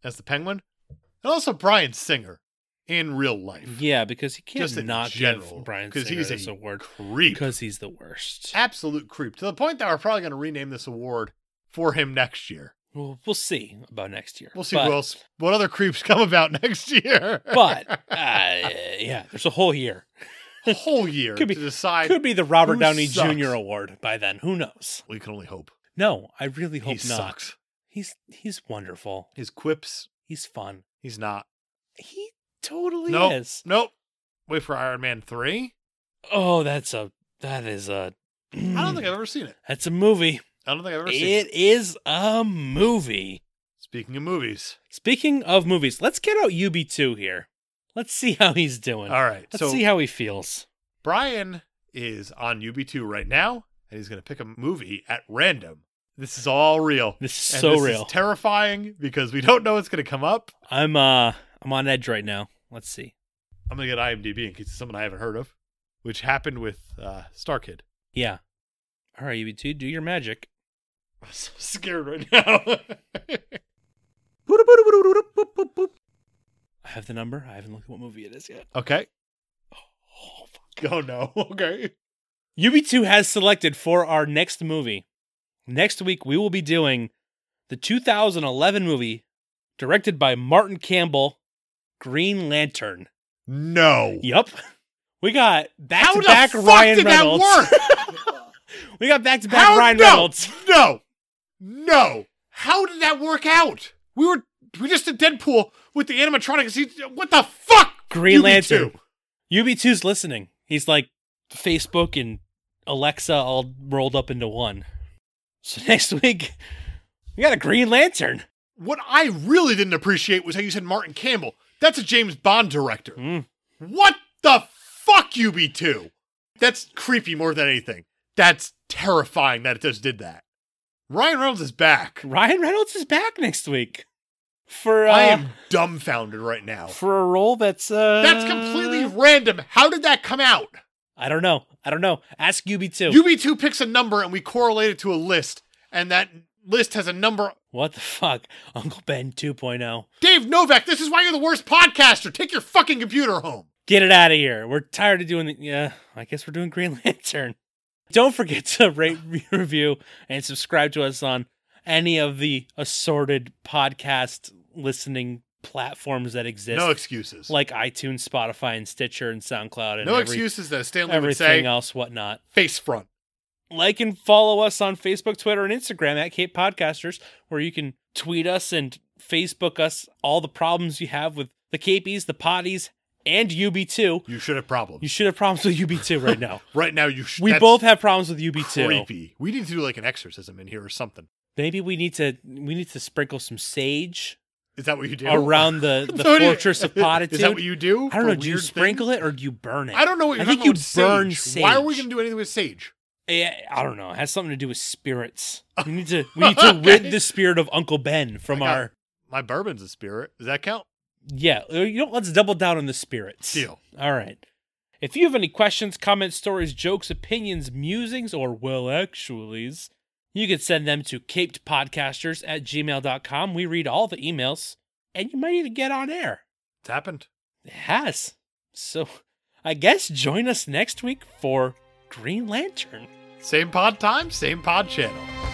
A: as the penguin, and also Brian Singer in real life.
B: Yeah, because he can't
A: Just in
B: not
A: general,
B: give Brian
A: 'cause
B: Singer
A: he's a
B: this award
A: Creep.
B: because he's the worst.
A: Absolute creep. To the point that we're probably going to rename this award for him next year.
B: Well, we'll see about next year.
A: We'll see
B: but,
A: who else, what other creeps *laughs* come about next year.
B: *laughs*
A: *laughs*
B: But uh, yeah, there's a whole year.
A: a whole year
B: Could be-
A: to decide.
B: Could be the Robert
A: Who
B: Downey
A: sucks?
B: Jr. Award by then. Who knows?
A: we can only hope.
B: No, I really hope
A: he
B: not.
A: sucks.
B: He's he's wonderful.
A: His quips,
B: He's fun.
A: he's not.
B: He totally
A: Nope.
B: is.
A: Nope. Wait for Iron Man 3.
B: Oh, that's a that is a. mm,
A: I don't think I've ever seen it.
B: that's a movie.
A: I don't think I've ever seen it.
B: It is a movie.
A: Speaking of movies.
B: Speaking of movies, let's get out UB2 here. Let's see how he's doing.
A: All right.
B: Let's
A: so
B: see how he feels.
A: Brian is on UB2 right now, and he's going to pick a movie at random. This is all real.
B: This is
A: And
B: so
A: this
B: real.
A: Is terrifying because we don't know what's going to come up.
B: I'm uh I'm on edge right now. Let's see.
A: I'm going to get IMDb in case it's someone I haven't heard of, which happened with uh, Star Kid. *laughs*
B: Yeah. All right, UB2, do your magic.
A: I'm so scared right now. *laughs*
B: I have the number. I haven't looked at what movie it is yet.
A: okay. Oh, no. *laughs* Okay.
B: UB2 has selected for our next movie. Next week, we will be doing the 2011 movie directed by Martin Campbell, Green Lantern.
A: No.
B: Yup. *laughs* We got back
A: How
B: to
A: the
B: back
A: fuck
B: Ryan
A: did
B: Reynolds.
A: that
B: work? we got back to
A: How?
B: *laughs* back Ryan
A: No.
B: Reynolds.
A: No. No. How did that work out? We were we just did Deadpool with the animatronics. He, what the fuck?
B: Green
A: You be
B: Lantern.
A: too.
B: UB2's listening. He's like Facebook and Alexa all rolled up into one. So *laughs* next week, we got a Green Lantern.
A: What I really didn't appreciate was how you said Martin Campbell. That's a James Bond director.
B: Mm.
A: What the fuck, UB2? That's creepy more than anything. That's terrifying that it just did that. Ryan Reynolds is back.
B: Ryan Reynolds is back next week for uh,
A: I am dumbfounded right now.
B: for a role that's uh
A: That's completely random. How did that come out?
B: I don't know. I don't know. Ask UB two.
A: UB2 picks a number and we correlate it to a list, and that list has a number.
B: what the fuck, Uncle Ben oh. 2.0?
A: Dave Novak, this is why you're the worst podcaster. Take your fucking computer home.
B: Get it out of here. We're tired of doing the. Yeah, I guess we're doing Green *laughs* Lantern. Don't forget to rate, re- *laughs* review, and subscribe to us on any of the assorted podcast listening platforms that exist,
A: No excuses.
B: like iTunes, Spotify, and Stitcher, and SoundCloud, and
A: no
B: every-
A: excuses that Stanley would
B: everything
A: say.
B: else, whatnot.
A: Face front.
B: like and follow us on Facebook, Twitter, and Instagram at Cape Podcasters, where you can tweet us and Facebook us all the problems you have with the Capies, the Potties, and UB2.
A: You should have
B: You
A: problems.
B: should have problems with UB2
A: *laughs*
B: right now.
A: right now, you should.
B: we both have problems with UB2.
A: creepy. We need to do like an exorcism in here or something.
B: Maybe we need to we need to sprinkle some sage
A: Is that what you do? *laughs*
B: around the, the
A: What do you-
B: fortress
A: *laughs*
B: of
A: Is
B: potitude.
A: that what you do?
B: I don't
A: for
B: know. Do you
A: weird
B: sprinkle it or do you burn it?
A: things? I don't know what
B: I
A: you're
B: think
A: talking about
B: you burn
A: with Why are we
B: sage.
A: going to do anything with sage?
B: Eh, I don't know. It has something to do with spirits. We need to
A: *laughs*
B: we need to rid
A: Okay.
B: the spirit of Uncle Ben from
A: I got-
B: our
A: My bourbon's a spirit. Does that count?
B: Yeah, uh, you know, let's double down on the spirits.
A: Deal.
B: All right. If you have any questions, comments, stories, jokes, opinions, musings, or well actuallys, you can send them to capedpodcasters at gmail.com. We read all the emails, and you might even get on air.
A: It's happened.
B: It has. So I guess join us next week for Green Lantern.
A: Same pod time, same pod channel.